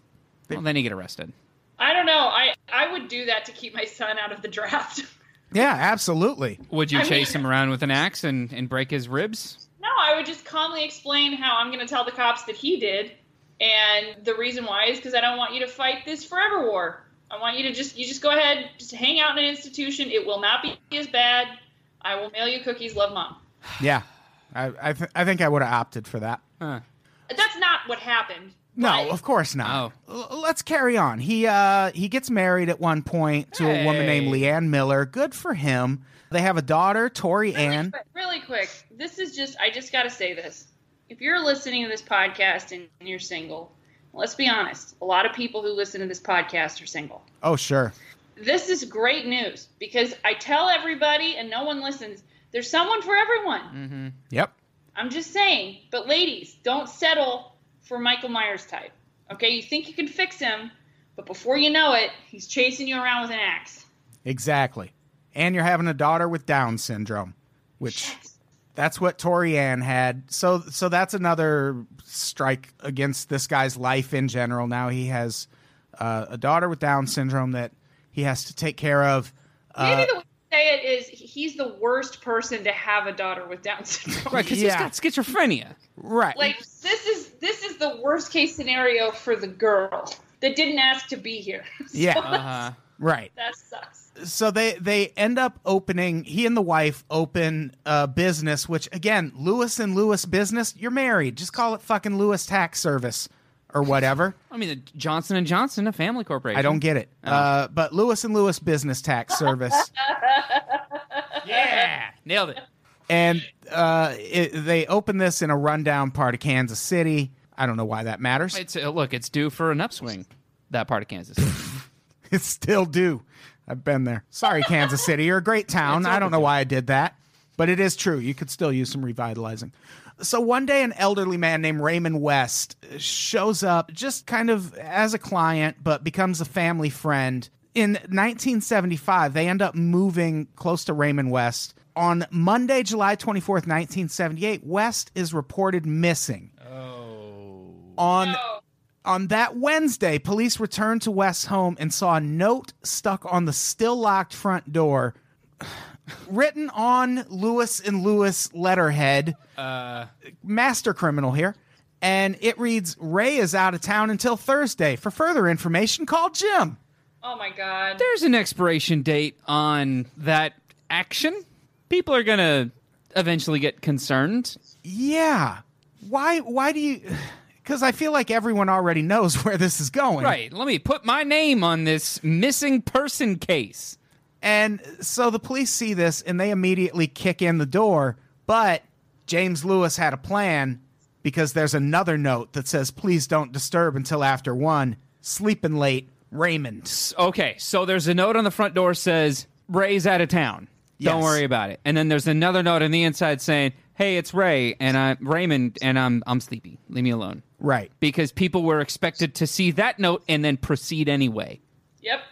C: well, then you get arrested.
D: I don't know. I, I would do that to keep my son out of the draft.
A: Yeah, absolutely.
C: Would you
D: I
C: chase
D: mean-
C: him around with an axe and, and break his ribs?
D: no, I would just calmly explain how I'm going to tell the cops that he did. And the reason why is because I don't want you to fight this forever war. I want you to just you just go ahead, just hang out in an institution. It will not be as bad. I will mail you cookies. Love, mom.
A: Yeah, I I, th- I think I would have opted for that.
C: Huh.
D: That's not what happened.
A: No,
D: Right.
A: of course not. L- let's carry on. He uh he gets married at one point to a woman named
C: Hey.
A: Leanne Miller. Good for him. They have a daughter, Tori
D: really
A: Ann.
D: quick, really quick. This is just I just got to say this. If you're listening to this podcast and you're single, let's be honest. A lot of people who listen to this podcast are single.
A: Oh sure.
D: This is great news because I tell everybody and no one listens. There's someone for everyone.
A: Mm.
C: Mm-hmm.
A: Yep.
D: I'm just saying. But ladies, don't settle for Michael Myers type. Okay, you think you can fix him, but before you know it, he's chasing you around with an axe.
A: Exactly. And you're having a daughter with Down syndrome, which that's what Tori Ann had. So so that's another strike against this guy's life in general. Now he has uh, a daughter with Down syndrome that he has to take care of. Uh,
D: Maybe the way to say it is he's the worst person to have a daughter with Down syndrome.
C: Right, because
A: Yeah.
C: he's got schizophrenia.
A: right.
D: like this is this is the worst case scenario for the girl that didn't ask to be here. So
A: Yeah.
C: Uh-huh.
A: right.
D: that sucks.
A: so they they end up opening he and the wife open a business which again lewis and lewis business you're married just call it fucking lewis tax service or whatever
C: I mean, the Johnson and Johnson, a family corporation.
A: i don't get it uh, but lewis and lewis business tax service
C: Yeah, nailed it.
A: and uh, it, they open this in a rundown part of kansas city i don't know why that matters
C: It's uh, look, it's due for an upswing. That part of Kansas.
A: it's still due i've been there sorry kansas city you're a great town
C: It's
A: i don't know
C: overdue.
A: why i did that But it is true. You could still use some revitalizing. So one day, an elderly man named Raymond West shows up just kind of as a client, but becomes a family friend. In 1975, they end up moving close to Raymond West. On Monday, July 24th, 1978, West is reported missing.
C: Oh.
A: On
D: No.
A: on that Wednesday, police returned to West's home and saw a note stuck on the still locked front door, written on Lewis and Lewis letterhead.
C: Uh,
A: Master criminal here. And it reads Ray is out of town until Thursday. For further information, call Jim.
D: Oh my god.
C: there's an expiration date on that action. People are gonna eventually get concerned.
A: Yeah. Why why do you cuz I feel like everyone already knows where this is going.
C: Right. Let me put my name on this missing person case.
A: And so the police see this and they immediately kick in the door. But James Lewis had a plan because there's another note that says, please don't disturb until after one. Sleeping late, Raymond.
C: Okay, so there's a note on the front door says Ray's out of town. Don't
A: Yes.
C: worry about it. And then there's another note on the inside saying, "Hey, it's Ray and I'm Raymond and I'm I'm sleepy. Leave me alone."
A: Right.
C: Because people were expected to see that note and then proceed anyway.
D: Yep.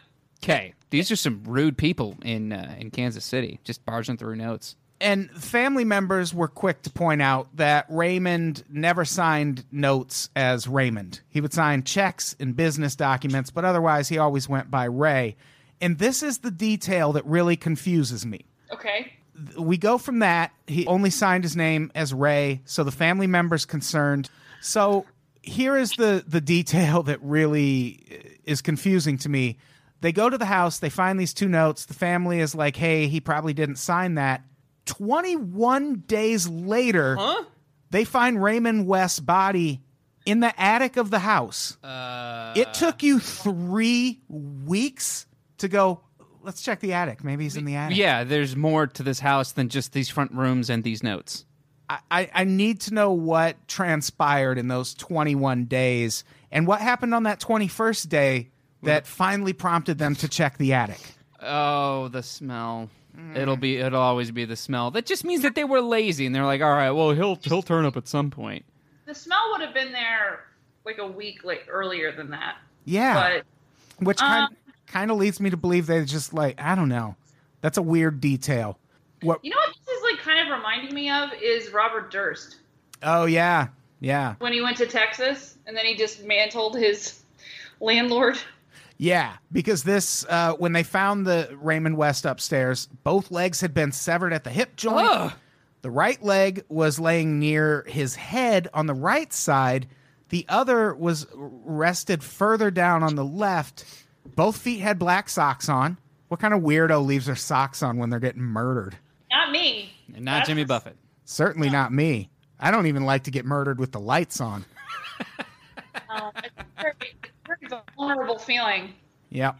C: Okay, these are some rude people in uh, in Kansas City, just barging through notes.
A: And family members were quick to point out that Raymond never signed notes as Raymond. He would sign checks and business documents, but otherwise he always went by Ray. And this is the detail that really confuses me.
D: Okay.
A: we go from that. He only signed his name as Ray, so the family members concerned. So here is the the detail that really uh, is confusing to me. They go to the house, they find these two notes. The family is like, "Hey, he probably didn't sign that." 21 days later, they find Raymond West's body in the attic of the house.
C: Uh,
A: it took you 3 weeks to go, "Let's check the attic. Maybe he's in the attic."
C: yeah, there's more to this house than just these front rooms and these notes.
A: I- I, I need to know what transpired in those 21 days and what happened on that 21st day that finally prompted them to check the attic.
C: Oh, the smell. Mm. It'll be. It'll always be the smell. That just means that they were lazy, and they're like, "All right, well, he'll he'll turn up at some point."
D: The smell would have been there like a week late earlier than that.
A: Yeah,
D: But
A: which kind kind of leads me to believe they just like I don't know. That's a weird detail. What?
D: you know what this is like kind of reminding me of is Robert Durst
A: Oh yeah, yeah,
D: when he went to Texas and then he dismantled his landlord.
A: yeah. Because this uh, when they found the Raymond West upstairs, both legs had been severed at the hip joint.
C: Ugh.
A: The right leg was laying near his head on the right side. The other was rested further down on the left. Both feet had black socks on. What kind of weirdo leaves their socks on when they're getting murdered?
D: Not me.
C: And not Jimmy Buffett.
A: Certainly not me. I don't even like to get murdered with the lights on.
D: Um, it's a very, it's a very vulnerable feeling.
A: Yep.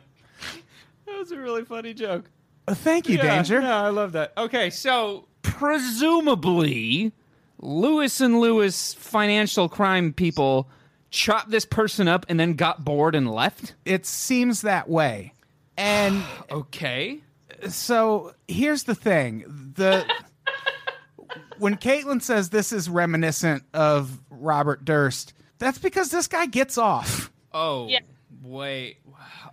C: That was a really funny joke.
A: Uh, Thank you, Danger.
C: I love that. Okay, so presumably, Lewis and Lewis financial crime people chopped this person up and then got bored and left.
A: It seems that way. And
C: Okay.
A: so here's the thing the when caitlin says this is reminiscent of robert durst that's because this guy gets off
C: Oh.
D: Yeah.
C: Wait.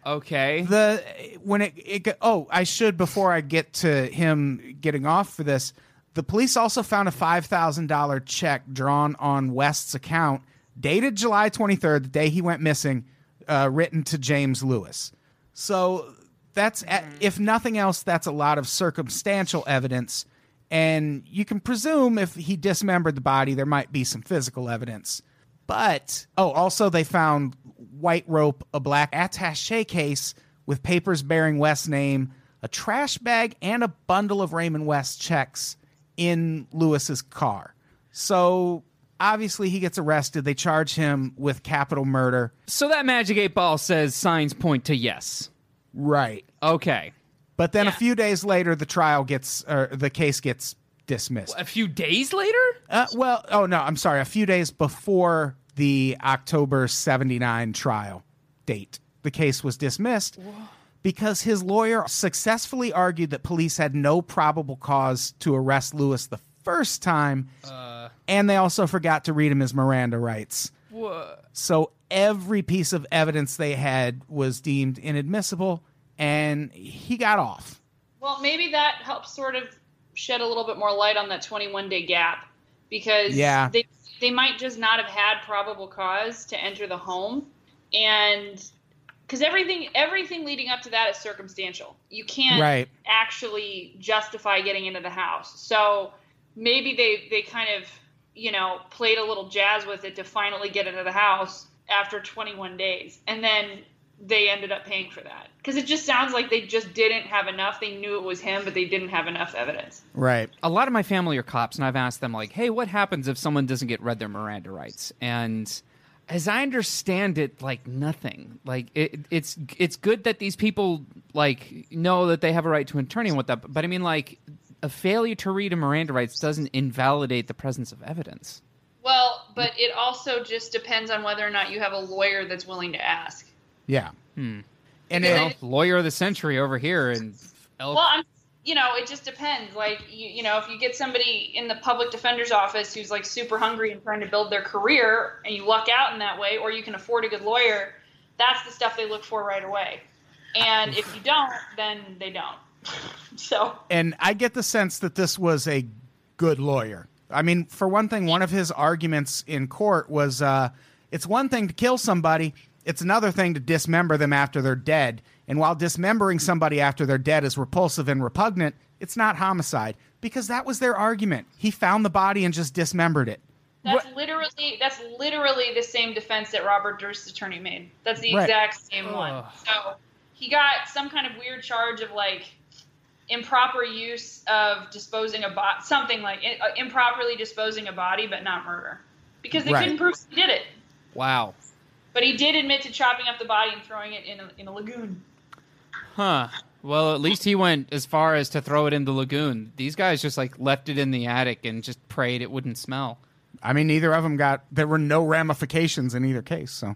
C: Okay.
A: the when it, it go- oh i should before i get to him getting off for this the police also found a $5000 check drawn on west's account dated july 23rd the day he went missing uh, written to james lewis so that's if nothing else that's a lot of circumstantial evidence and you can presume if he dismembered the body there might be some physical evidence but oh, also they found white rope, a black attaché case with papers bearing West's name, a trash bag, and a bundle of Raymond West checks in Lewis's car. So obviously he gets arrested. They charge him with capital murder.
C: so that magic eight ball says signs point to yes.
A: Right.
C: Okay.
A: But then a
D: Yeah.
A: few days later, the trial gets or the case gets dismissed.
C: A few days later?
A: Uh, well, oh no, I'm sorry. A few days before the October 79 trial date, the case was dismissed. because his lawyer successfully argued that police had no probable cause to arrest Lewis the first time, and they also forgot to read him his Miranda rights. So every piece of evidence they had was deemed inadmissible, and he got off.
D: Well, maybe that helps sort of shed a little bit more light on that 21 day gap because
A: Yeah.
D: they, they might just not have had probable cause to enter the home. And because everything, everything leading up to that is circumstantial. You can't
A: Right.
D: actually justify getting into the house. So maybe they, they kind of, you know, played a little jazz with it to finally get into the house after 21 days. And then they ended up paying for that. Because it just sounds like they just didn't have enough. They knew it was him, but they didn't have enough evidence.
A: Right.
C: a lot of my family are cops, and I've asked them like, "Hey, what happens if someone doesn't get read their Miranda rights?" And as I understand it, like nothing. Like it, it's it's good that these people like know that they have a right to an attorney and what that. But I mean, like a failure to read a Miranda rights doesn't invalidate the presence of evidence.
D: Well, but it also just depends on whether or not you have a lawyer that's willing to ask.
A: Yeah.
C: Hmm.
A: And
D: Yeah.
A: it,
C: Well, lawyer of the century over here, and elk.
D: Well, I'm, you know, it just depends. Like, you, you know, if you get somebody in the public defender's office who's like super hungry and trying to build their career and you luck out in that way, or you can afford a good lawyer, that's the stuff they look for right away. And if you don't, then they don't. So,
A: and I get the sense that this was a good lawyer. I mean, for one thing, one of his arguments in court was uh, it's one thing to kill somebody, it's another thing to dismember them after they're dead. And while dismembering somebody after they're dead is repulsive and repugnant, it's not homicide because that was their argument. He found the body and just dismembered it.
D: That's literally that's literally the same defense that Robert Durst's attorney made. That's the
A: Right.
D: exact same one.
C: Ugh.
D: So he got some kind of weird charge of like improper use of disposing a body, something like uh, improperly disposing a body, but not murder, because they
A: Right.
D: couldn't prove he did it.
C: wow,
D: But he did admit to chopping up the body and throwing it in a, in a lagoon.
C: huh? Well, at least he went as far as to throw it in the lagoon. These guys just like left it in the attic and just prayed it wouldn't smell.
A: I mean, neither of them got, there were no ramifications in either case. So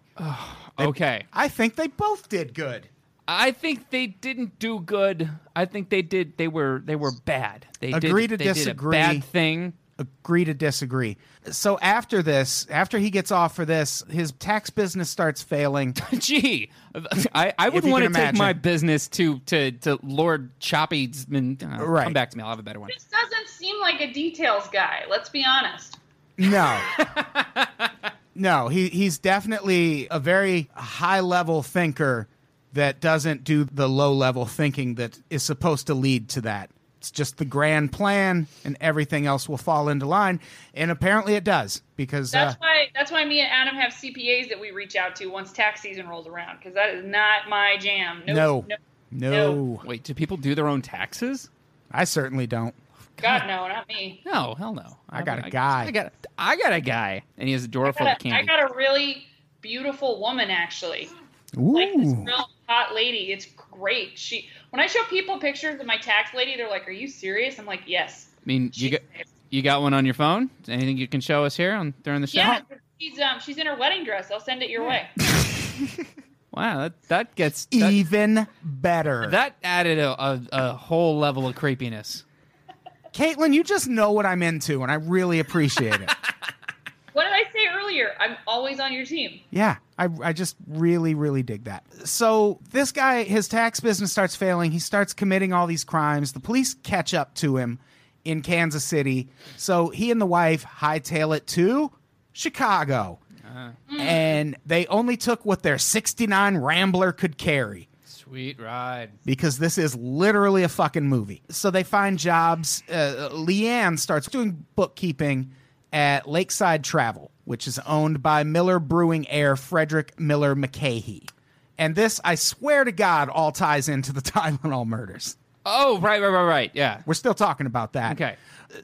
C: Okay.
A: I think they both did good.
C: I think they didn't do good. I think they did. They were they were bad. They
A: Agree to
C: did, they did
A: disagree.
C: a bad thing.
A: agree to disagree. So after this, after he gets off for this, his tax business starts failing.
C: Gee, I, I
A: you
C: wouldn't want to
A: can
C: take my
A: imagine.
C: business to to to Lord Choppy's. Uh,
A: Right.
C: Come back to me. I'll have a better one.
D: This doesn't seem like a details guy. Let's be honest.
A: No. no, he he's definitely a very high-level thinker that doesn't do the low-level thinking that is supposed to lead to that. It's just the grand plan and everything else will fall into line and apparently it does because uh,
D: That's why that's why me and Adam have CPAs that we reach out to once tax season rolls around because that is not my jam. Nope,
A: no,
D: no,
A: no.
C: Wait, do people do their own taxes?
A: I certainly don't.
D: God no, not me.
C: No, hell no.
A: I got
C: a
A: a guy.
C: I got I got a guy, and he has a drawer
D: I
C: full of
D: got, a, I
C: candy.
D: got a really beautiful woman actually, like this
A: Ooh.
D: real hot lady. It's great. She when I show people pictures of my tax lady, they're like, "Are you serious?" I'm like, "Yes."
C: I mean, you
D: She's,
C: got you got one on your phone. Anything you can show us here on during the show?
D: yeah, she's um she's in her wedding dress. I'll send it your way.
C: Wow, that that gets that-
A: Even better.
C: That added a, a, a whole level of creepiness.
A: Caitlin, you just know what I'm into, and I really appreciate it.
D: What did I say earlier? I'm always on your team.
A: Yeah, I, I just really, really dig that. So, this guy, his tax business starts failing. He starts committing all these crimes. The police catch up to him in Kansas City. So, he and the wife hightail it to Chicago. And they only took what their 69 Rambler could carry
C: Sweet ride.
A: because this is literally a fucking movie. So they find jobs. Uh, Leanne starts doing bookkeeping at Lakeside Travel, which is owned by Miller Brewing heir Frederick Miller McCahey. And this, I swear to God, all ties into the Tylenol murders.
C: Oh, right, right, right, right. Yeah.
A: We're still talking about that.
C: Okay.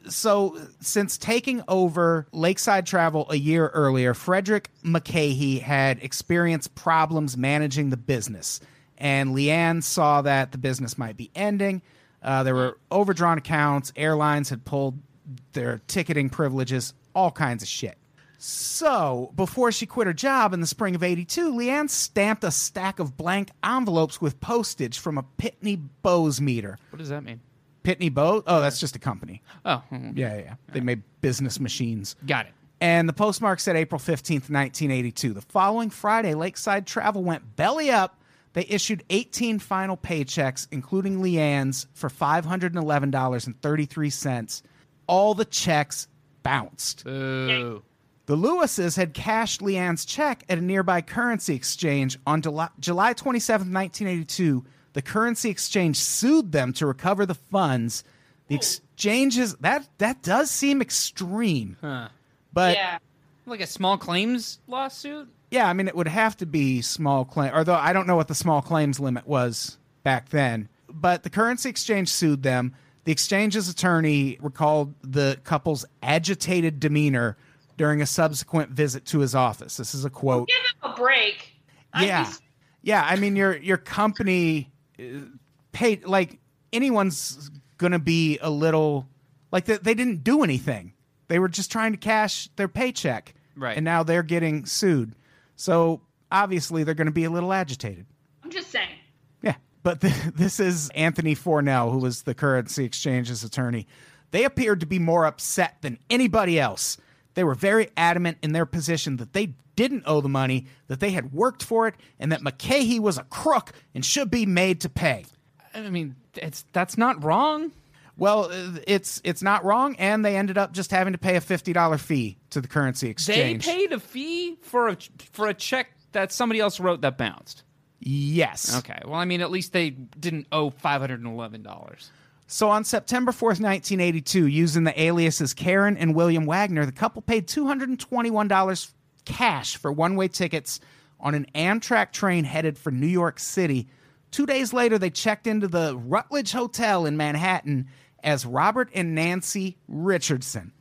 A: So, since taking over Lakeside Travel a year earlier, Frederick McCahey had experienced problems managing the business. And Leanne saw that the business might be ending. Uh, there were overdrawn accounts, airlines had pulled their ticketing privileges, all kinds of shit. So, before she quit her job in the spring of 82, Leanne stamped a stack of blank envelopes with postage from a Pitney Bowes meter.
C: What does that mean?
A: Pitney Bowes? Oh, that's just a company.
C: Oh, hmm,
A: Yeah, yeah. yeah. They made business machines.
C: got it.
A: And the postmark said April 15th, 1982. The following Friday, Lakeside Travel went belly up. They issued 18 final paychecks, including Leanne's, for $511.33. All the checks bounced.
C: Boo.
A: The Lewises had cashed Leanne's check at a nearby currency exchange on July, July 27, 1982. The currency exchange sued them to recover the funds. The exchanges that that does seem extreme,
C: Huh.
A: but yeah.
D: yeah.
C: Like a small claims lawsuit?
A: I mean it would have to be small claim. Although I don't know what the small claims limit was back then, but the currency exchange sued them. The exchange's attorney recalled the couple's agitated demeanor during a subsequent visit to his office. This is a quote.
D: Give him a break. I'd be
A: yeah
D: s-
A: yeah i mean your your company uh, paid like anyone's gonna be a little like they, they didn't do anything they were just trying to cash their paycheck
C: Right.
A: and now they're getting sued so obviously they're gonna be a little agitated
D: I'm just saying.
A: yeah. But th this is Anthony Fornell, who was the currency exchange's attorney. They appeared to be more upset than anybody else. They were very adamant in their position that they didn't owe the money, that they had worked for it, and that McKahee was a crook and should be made to pay.
C: I mean, it's that's not wrong.
A: Well, uh, it's it's not wrong, and they ended up just having to pay a fifty dollar fee to the currency
C: They
A: exchange.
C: paid a fee for a for a check that somebody else wrote that bounced.
A: yes.
C: Okay. Well, I mean, at least they didn't owe five hundred and eleven dollars.
A: So on September 4th, 1982, using the aliases Karen and William Wagner, the couple paid $221 cash for one way tickets on an Amtrak train headed for New York City. Two days later, they checked into the Rutledge Hotel in Manhattan as Robert and Nancy Richardson.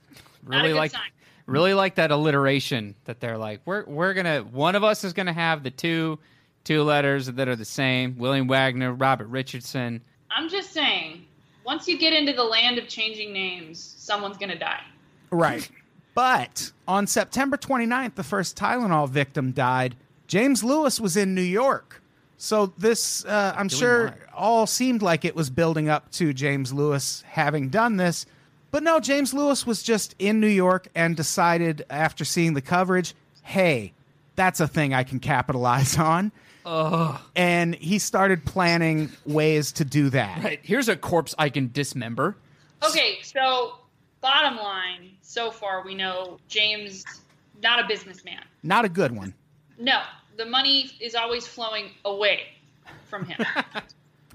D: a
C: Really
D: good
C: like,
D: sign.
C: really like that alliteration that they're like, we're we're gonna one of us is gonna have the two two letters that are the same. William Wagner, Robert Richardson.
D: I'm just saying. Once you get into the land of changing names, someone's gonna die.
A: Right. But on September 29th, the first Tylenol victim died. James Lewis was in New York. So this, uh, I'm sure,
C: what?
A: all seemed like it was building up to James Lewis having done this. But no, James Lewis was just in New York and decided after seeing the coverage, hey, that's a thing I can capitalize on. And he started planning ways to do that.
C: Right, here's a corpse I can dismember.
D: Okay, so bottom line, so far we know James not a businessman.
A: Not a good one.
D: No, the money is always flowing away from him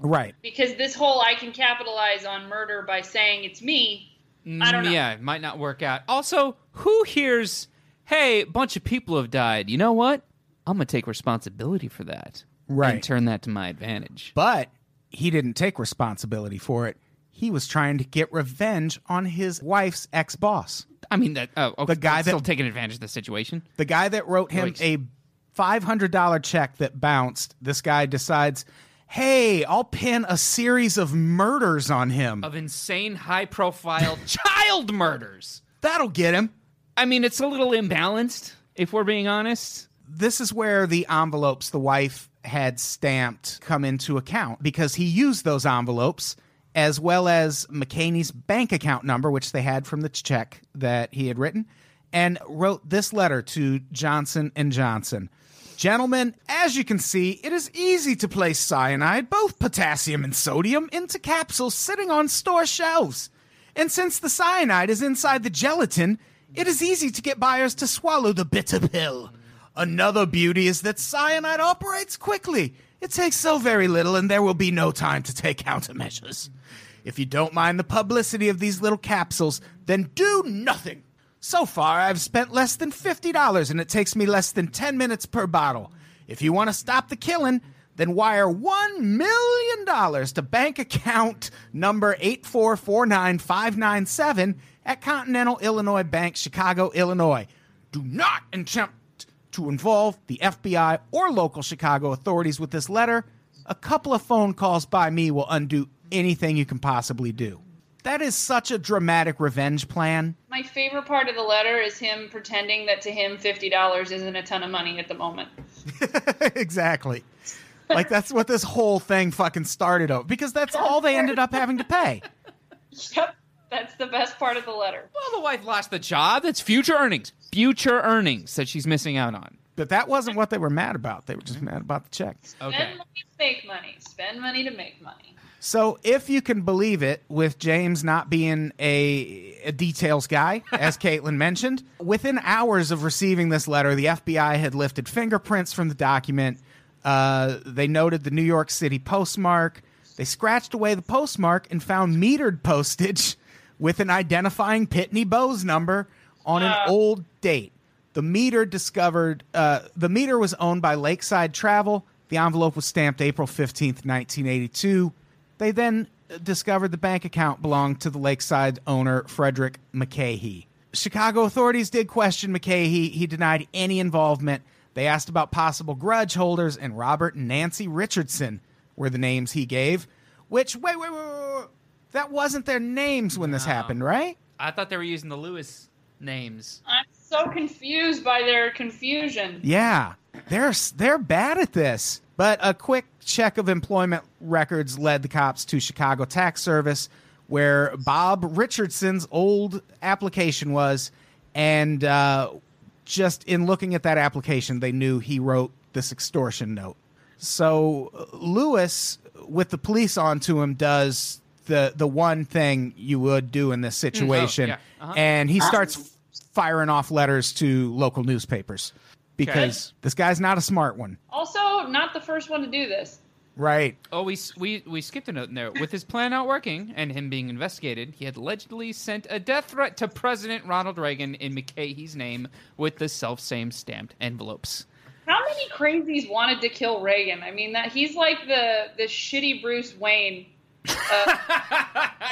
A: Right.
D: because this whole I can capitalize on murder by saying it's me. I don't know.
C: Mm, Yeah, it might not work out. Also, who hears, hey, a bunch of people have died. You know what? I'm going to take responsibility for that.
A: Right.
C: And turn that to my advantage.
A: But he didn't take responsibility for it. He was trying to get revenge on his wife's ex boss,
C: I mean, that, oh, okay.
A: The guy
C: that's still
A: that-
C: taking advantage of the situation.
A: the guy that wrote him
C: Yikes.
A: a $500 check that bounced. This guy decides, hey, I'll pin a series of murders on him.
C: Of insane, high profile child murders.
A: That'll get him.
C: I mean, it's a little imbalanced, if we're being honest.
A: This is where the envelopes the wife had stamped come into account because he used those envelopes as well as McCaney's bank account number, which they had from the check that he had written, and wrote this letter to Johnson and Johnson. Gentlemen, as you can see, it is easy to place cyanide, both potassium and sodium, into capsules sitting on store shelves. And since the cyanide is inside the gelatin, it is easy to get buyers to swallow the bitter pill. Another beauty is that cyanide operates quickly. It takes so very little, and there will be no time to take countermeasures. If you don't mind the publicity of these little capsules, then do nothing. So far, I've spent less than $50, and it takes me less than 10 minutes per bottle. If you want to stop the killing, then wire $1 million to bank account number 8449597 at Continental Illinois Bank, Chicago, Illinois. Do not attempt to involve the FBI or local Chicago authorities with this letter. A couple of phone calls by me will undo anything you can possibly do. That is such a dramatic revenge plan.
D: My favorite part of the letter is him pretending that to him fifty dollars isn't a ton of money at the moment.
A: exactly. Like that's what this whole thing fucking started over because that's all they ended up having to pay.
D: Yep, that's the best part of the letter.
C: Well, the wife lost the job. That's future earnings. Future earnings that she's missing out on.
A: But that wasn't what they were mad about. They were just mad about the check.
C: Okay.
D: Spend money to make money. Spend money to make money.
A: So if you can believe it, with James not being a, a details guy, as Caitlin mentioned, within hours of receiving this letter, the FBI had lifted fingerprints from the document. Uh, they noted the New York City postmark. They scratched away the postmark and found metered postage with an identifying Pitney Bowes number on an old date. The meter discovered uh, the meter was owned by Lakeside Travel. The envelope was stamped April 15th, 1982. They then discovered the bank account belonged to the Lakeside owner, Frederick McCahey. Chicago authorities did question McCahey. He denied any involvement. They asked about possible grudge holders, and Robert and Nancy Richardson were the names he gave. Which, wait, wait, wait, wait, wait. that wasn't their names when this
C: No.
A: happened, right?
C: I thought they were using the Lewis names.
D: I'm so confused by their confusion.
A: Yeah, they're they're bad at this. But a quick check of employment records led the cops to Chicago Tax Service, where Bob Richardson's old application was, and uh, just in looking at that application, they knew he wrote this extortion note. So uh, Lewis, with the police onto him, does the the one thing you would do in this situation,
C: Mm, oh, yeah, uh-huh.
A: and he starts firing off letters to local newspapers because this guy's not a smart one,
D: Also, not the first one to do this.
A: right?
C: Oh, we, s- we we skipped a note in there. With his plan not working and him being investigated, he had allegedly sent a death threat to President Ronald Reagan in McKay's name with the self-same stamped envelopes.
D: How many crazies wanted to kill Reagan? I mean, that he's like the the shitty Bruce Wayne uh,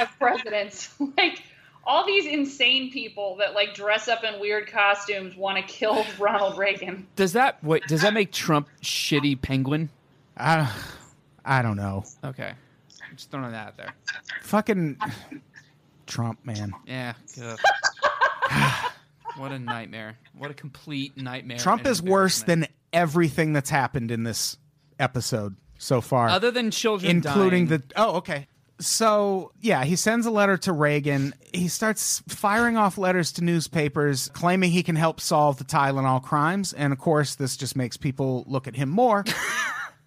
D: of presidents. like all these insane people that like dress up in weird costumes want to kill Ronald Reagan.
C: Does that wait? Does that make Trump shitty penguin?
A: I I don't know,
C: Okay, I'm just throwing that out there.
A: fucking Trump, man.
C: Yeah. ugh. what a nightmare! What a complete nightmare!
A: Trump
C: and
A: is worse
C: embarrassment.
A: than everything that's happened in this episode so far.
C: other than children,
A: including
C: dying.
A: the oh okay so yeah he sends a letter to reagan he starts firing off letters to newspapers claiming he can help solve the tylenol crimes and of course this just makes people look at him more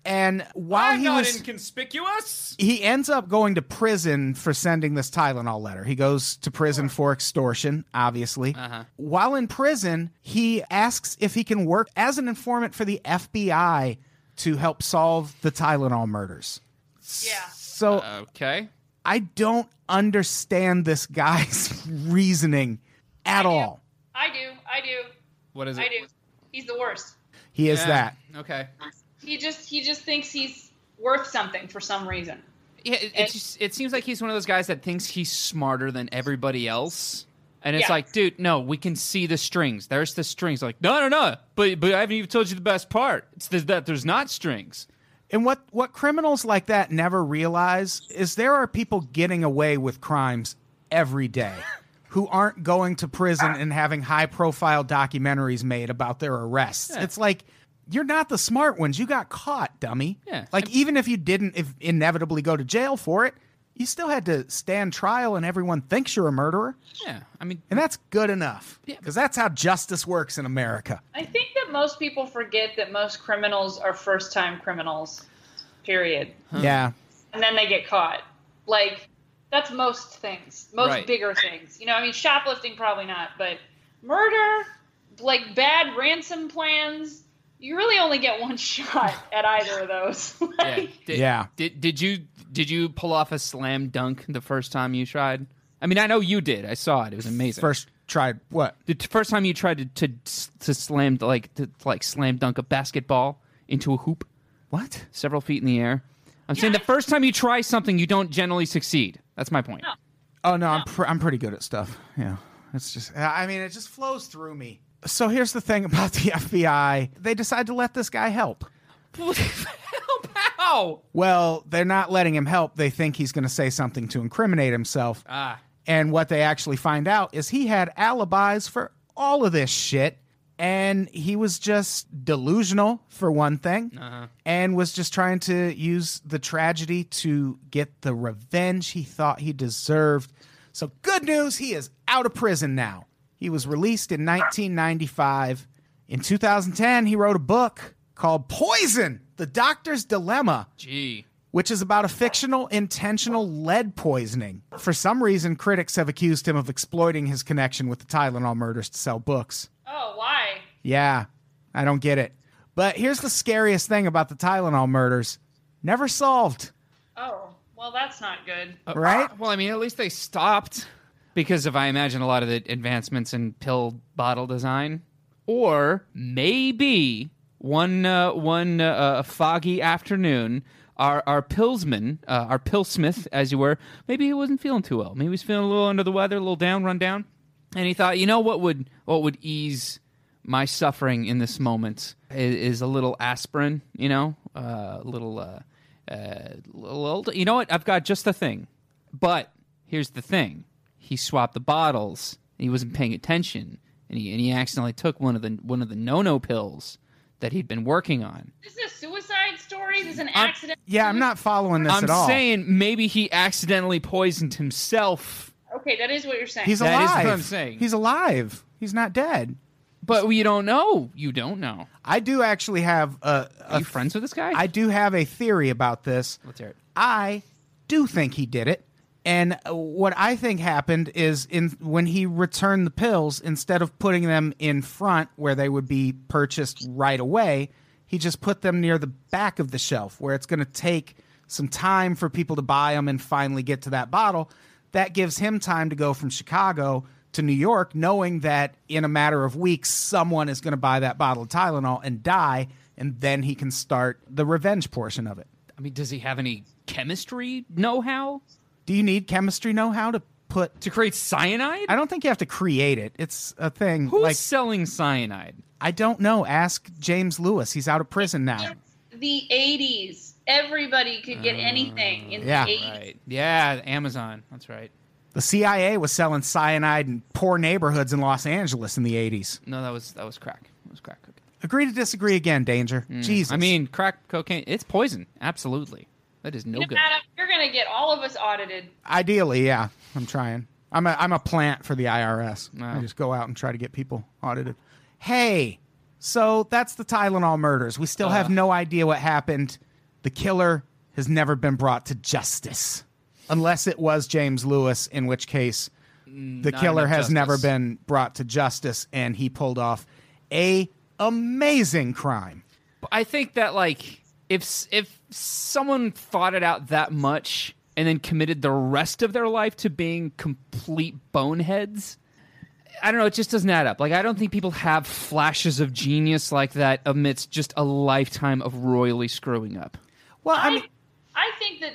A: and while
C: I'm
A: he
C: not
A: was
C: inconspicuous.
A: he ends up going to prison for sending this Tylenol letter. He goes to prison for extortion, obviously.
C: Uh-huh.
A: While in prison, he asks if he can work as an informant for the FBI to help solve the Tylenol murders.
D: Yeah.
A: So
C: Okay.
A: I don't understand this guy's reasoning at
D: I do.
A: all.
D: I do. I do.
C: What is it?
D: I do. He's the worst.
A: He is
C: Yeah,
A: that.
C: Okay.
D: He just he just thinks he's worth something for some reason.
C: Yeah, it, it,
D: And-
C: just, it seems like he's one of those guys that thinks he's smarter than everybody else. And it's
D: Yeah.
C: like, dude, no, we can see the strings. There's the strings. Like, no, no, no. But but I haven't even told you the best part. It's th- that there's not strings.
A: And what, what criminals like that never realize is there are people getting away with crimes every day who aren't going to prison and having high profile documentaries made about their arrests.
C: Yeah.
A: It's like you're not the smart ones. You got caught, dummy.
C: Yeah.
A: Like even if you didn't if inevitably go to jail for it, you still had to stand trial and everyone thinks you're a murderer.
C: Yeah, I mean,
A: And that's good enough.
C: Yeah.
A: Because that's how justice works in America.
D: I think that most people forget that most criminals are first time criminals. Period.
A: Yeah.
D: and then they get caught. Like that's most things, most
C: Right.
D: bigger things. You know, I mean, shoplifting probably not, but murder, like bad ransom plans, you really only get one shot at either of those.
C: yeah.
D: like,
C: Did,
A: Yeah.
C: Did did you did you pull off a slam dunk the first time you tried? I mean, I know you did. I saw it. It was amazing.
A: First tried what?
C: the t- first time you tried to to, to slam like to, like slam dunk a basketball into a hoop.
A: What?
C: several feet in the air. I'm saying the first time you try something, you don't generally succeed. That's my point.
A: Oh no, I'm pr- I'm pretty good at stuff. Yeah, it's just I mean it just flows through me. So here's the thing about the FBI: they decide to let this guy help.
C: Help How?
A: Well, they're not letting him help. They think he's going to say something to incriminate himself.
C: Ah,
A: And what they actually find out is he had alibis for all of this shit. And he was just delusional, for one thing,
C: Uh-huh.
A: and was just trying to use the tragedy to get the revenge he thought he deserved. So, good news, he is out of prison now. He was released in 1995. In 2010, he wrote a book called Poison The Doctor's Dilemma
C: gee.
A: which is about a fictional intentional lead poisoning. For some reason, critics have accused him of exploiting his connection with the Tylenol murders to sell books.
D: Oh, why?
A: Yeah, I don't get it. But here's the scariest thing about the Tylenol murders never solved.
D: Oh, well, that's not good.
C: Uh,
A: Right?
C: Well, I mean, at least they stopped because of, I imagine, a lot of the advancements in pill bottle design. Or maybe one uh, one uh, uh, foggy afternoon, our our pillsman, uh, our pillsmith, as you were, maybe he wasn't feeling too well. Maybe he was feeling a little under the weather, a little down, run down, and he thought, you know, what would what would ease my suffering in this moment is, is a little aspirin, you know, uh, a little, uh, uh, little, you know what? I've got just the thing. But here's the thing: he swapped the bottles. And he wasn't paying attention, and he and he accidentally took one of the one of the no no pills that he'd been working on.
D: This is a suicide story. This is an
C: I'm-
D: accident.
A: Yeah, I'm not following this
C: I'm
A: at all.
C: saying maybe he accidentally poisoned himself.
D: Okay, that is what you're saying.
A: He's
C: That
A: alive.
C: is what I'm saying.
A: He's alive. He's not dead.
C: But you don't know. You don't know.
A: I do actually have a,
C: Are
A: a
C: you friends with this guy?
A: I do have a theory about this.
C: Let's hear it.
A: I do think he did it. And uh, what I think happened is in when he returned the pills, instead of putting them in front where they would be purchased right away, he just put them near the back of the shelf where it's going to take some time for people to buy them and finally get to that bottle. That gives him time to go from Chicago to New York, knowing that in a matter of weeks, someone is going to buy that bottle of Tylenol and die. And then he can start the revenge portion of it.
C: I mean, does he have any chemistry know how
A: Do you need chemistry know how to put?
C: to create cyanide?
A: I don't think you have to create it. It's a thing.
C: Who's
A: like
C: selling cyanide?
A: I don't know. Ask James Lewis. He's out of prison now.
D: the 80s. Everybody could get anything in
A: yeah.
D: the 80s.
C: Right. Yeah, Amazon. That's right.
A: The CIA was selling cyanide in poor neighborhoods in Los Angeles in the '80s.
C: No, that was that was crack. That was crack cocaine.
A: Agree to disagree again, Danger. Jesus.
C: Hmm. I mean, crack cocaine. It's poison. Absolutely. That is no
D: You know,
C: good.
D: Adam, you're going to get all of us audited.
A: ideally, yeah. I'm trying. I'm a I'm a plant for the IRS.
C: Wow.
A: I just go out and try to get people audited. Hey, so that's the Tylenol murders. We still have
C: Uh.
A: no idea what happened. The killer has never been brought to justice, unless it was James Lewis, in which case the
C: not
A: killer
C: enough
A: has never
C: justice.
A: been brought to justice, and he pulled off a amazing crime.
C: But I think that like if s- if someone thought it out that much and then committed the rest of their life to being complete boneheads, I don't know. It just doesn't add up. Like I don't think people have flashes of genius like that amidst just a lifetime of royally screwing up.
A: Well, I
D: I,
A: mean,
D: I think that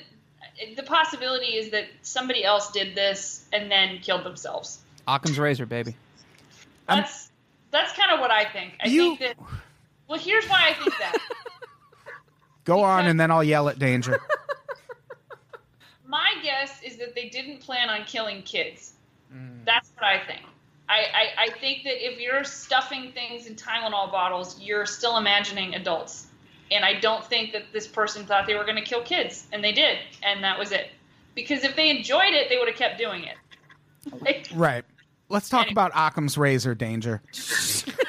D: the possibility is that somebody else did this and then killed themselves.
C: Occam's razor, baby.
A: I'm-
D: That's that's kind of what I think. I
A: You-
D: think that. Well, here's why I think that.
A: go on, and then I'll yell at Danger.
D: My guess is that they didn't plan on killing kids. That's what I think. I, I, I think that if you're stuffing things in Tylenol bottles, you're still imagining adults. And I don't think that this person thought they were going to kill kids, and they did, and that was it. Because if they enjoyed it, they would have kept doing it. Like,
A: right. Let's talk
D: Anyway.
A: about Occam's razor, Danger.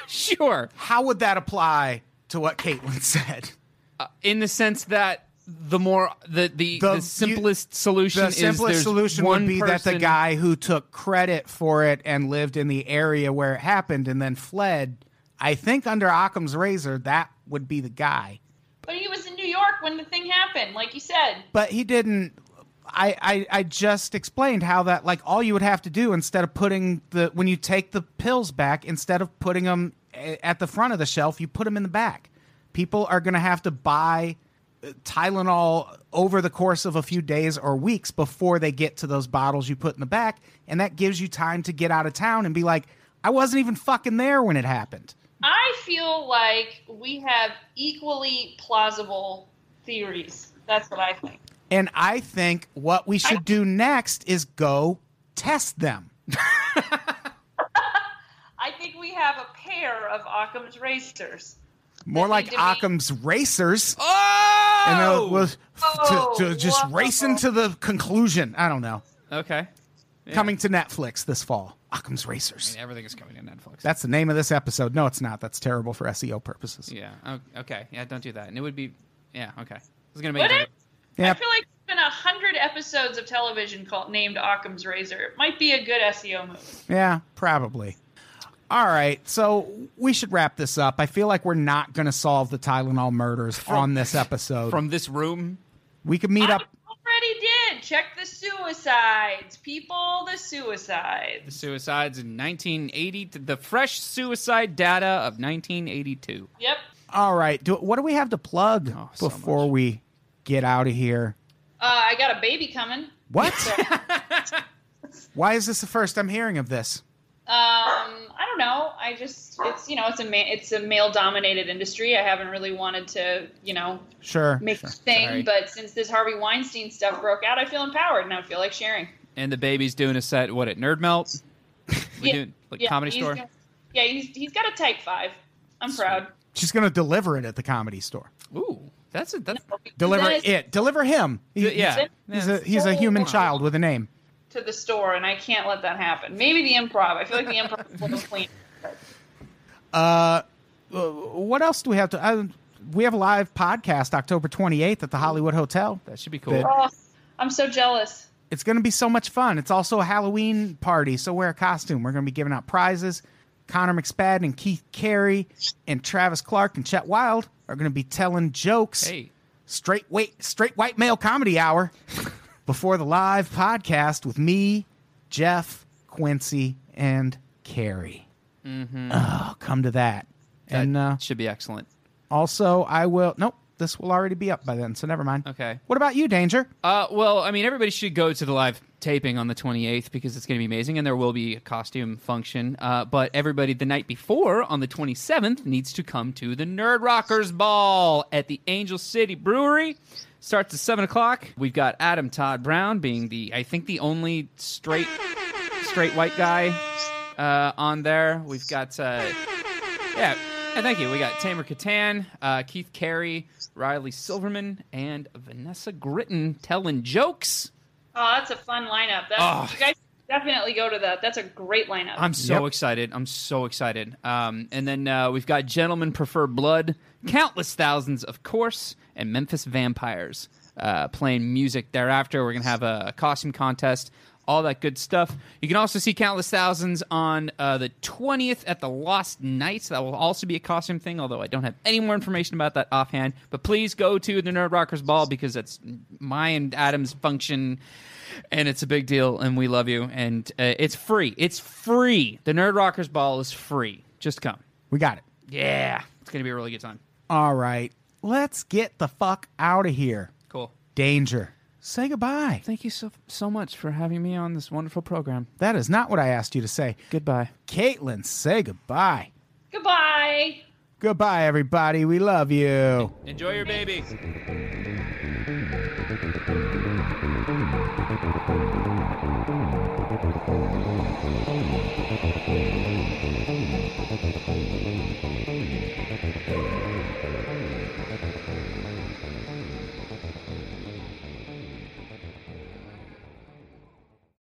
C: sure.
A: how would that apply to what Caitlin said?
C: Uh, in the sense that the more the the,
A: The-
C: the, simplest solution
A: The
C: is
A: simplest
C: there's
A: solution
C: one
A: would be that the
C: person-
A: guy who took credit for it and lived in the area where it happened and then fled, I think under Occam's razor, that would be the guy.
D: but he was in New York when the thing happened, like you said.
A: But he didn't. I, I, I just explained how that like all you would have to do instead of putting the when you take the pills back instead of putting them at the front of the shelf you put them in the back people are going to have to buy uh, tylenol over the course of a few days or weeks before they get to those bottles you put in the back and that gives you time to get out of town and be like i wasn't even fucking there when it happened
D: I feel like we have equally plausible theories. That's what I think.
A: And I think what we should do next is go test them.
D: I think we have a pair of Occam's racers.
A: More
D: They
A: like
D: need to be-
A: Occam's racers.
C: Oh!
A: And uh, we'll-
D: Oh,
A: to, to just
D: wow.
A: racing to the conclusion. I don't know.
C: okay. Yeah.
A: Coming to Netflix this fall. Occam's
C: I
A: Racers.
C: mean, everything is coming to Netflix.
A: That's the name of this episode. No, it's not. That's terrible for SEO purposes.
C: yeah. o- Okay. Yeah. Don't do that. And it would be. Yeah. Okay. It's gonna make.
D: What
C: it-
D: if? I
A: Yeah,
D: feel like it's been a hundred episodes of television called named Occam's Razor. It might be a good E SEO move.
A: yeah, probably. All right, so we should wrap this up. I feel like we're not going to solve the Tylenol murders on this episode.
C: from this room.
A: we could meet
D: I
A: up.
D: already did. Check the suicides, people. The suicides.
C: The suicides in 1980. to The fresh suicide data of 1982.
D: Yep.
A: All right, do, what do we have to plug
C: Oh, so
A: before
C: much.
A: we get out of here?
D: Uh, I got a baby coming.
A: What?
D: So-
A: Why is this the first I'm hearing of this?
D: Um, I don't know. I just it's you know it's a ma- it's a male dominated industry. I haven't really wanted to you know
A: Sure.
D: make
A: sure.
D: a thing,
C: Sorry.
D: but since this Harvey Weinstein stuff broke out, I feel empowered and I feel like sharing.
C: And the baby's doing a set. What at Nerd Melt? We
D: Yeah,
C: doing like comedy
D: he's
C: store.
D: got- yeah, he's he's got a type five. I'm proud.
A: She's going to deliver it at the comedy store.
C: Ooh, that's a that's
A: Deliver
D: That is-
A: it. Deliver him. He-
C: yeah.
A: He's a he's a human child with a name.
D: to the store, and I can't let that happen. Maybe the improv. I feel like the improv is a little clean.
A: Uh, uh, what else do we have to? Uh, we have a live podcast October 28th at the Hollywood Hotel.
C: That should be cool.
A: That-
D: Oh, I'm so jealous.
A: It's going to be so much fun. It's also a Halloween party, so wear a costume. We're going to be giving out prizes. Connor McSpadden and Keith Carey and Travis Clark and Chet Wild are going to be telling jokes.
C: Hey,
A: straight wait straight white male comedy hour before the live podcast with me, Jeff, Quincy, and Carrie. Oh, come to that.
C: Mm-hmm. that
A: and uh,
C: should be excellent.
A: also, I will. Nope, this will already be up by then, so never mind.
C: Okay.
A: What about you, Danger?
C: Uh, well, I mean, everybody should go to the live taping on the 28th because it's going to be amazing, and there will be a costume function. Uh, but everybody the night before on the 27th needs to come to the Nerd Rockers Ball at the Angel City Brewery. Starts at seven o'clock. We've got Adam Todd Brown being the, I think, the only straight, straight white guy uh, on there. We've got. Uh, yeah. And thank you. We got Tamer Katan, uh, Keith Carey, Riley Silverman, and Vanessa Gritton telling jokes.
D: Oh, that's a fun lineup. That's,
C: Oh.
D: You guys definitely go to that. That's a great lineup.
C: I'm so
A: Yep.
C: excited. I'm so excited. Um, and then uh, we've got Gentlemen Prefer Blood, Countless Thousands, of course, and Memphis Vampires uh, playing music thereafter. We're going to have a, a costume contest, all that good stuff. You can also see Countless Thousands on uh, the 20th at the Lost Nights. That will also be a costume thing, although I don't have any more information about that offhand. But please go to the Nerd Rockers Ball because that's my and Adam's function and it's a big deal and we love you and uh, it's free it's free the nerd rockers ball is free just come
A: We got it.
C: yeah it's gonna be a really good time
A: All right, let's get the fuck out of here.
C: cool
A: Danger, say goodbye.
C: thank you so so much for having me on this wonderful program
A: That is not what I asked you to say.
C: goodbye
A: Caitlin, say goodbye.
D: Goodbye.
A: Goodbye, everybody. We love you.
C: enjoy your baby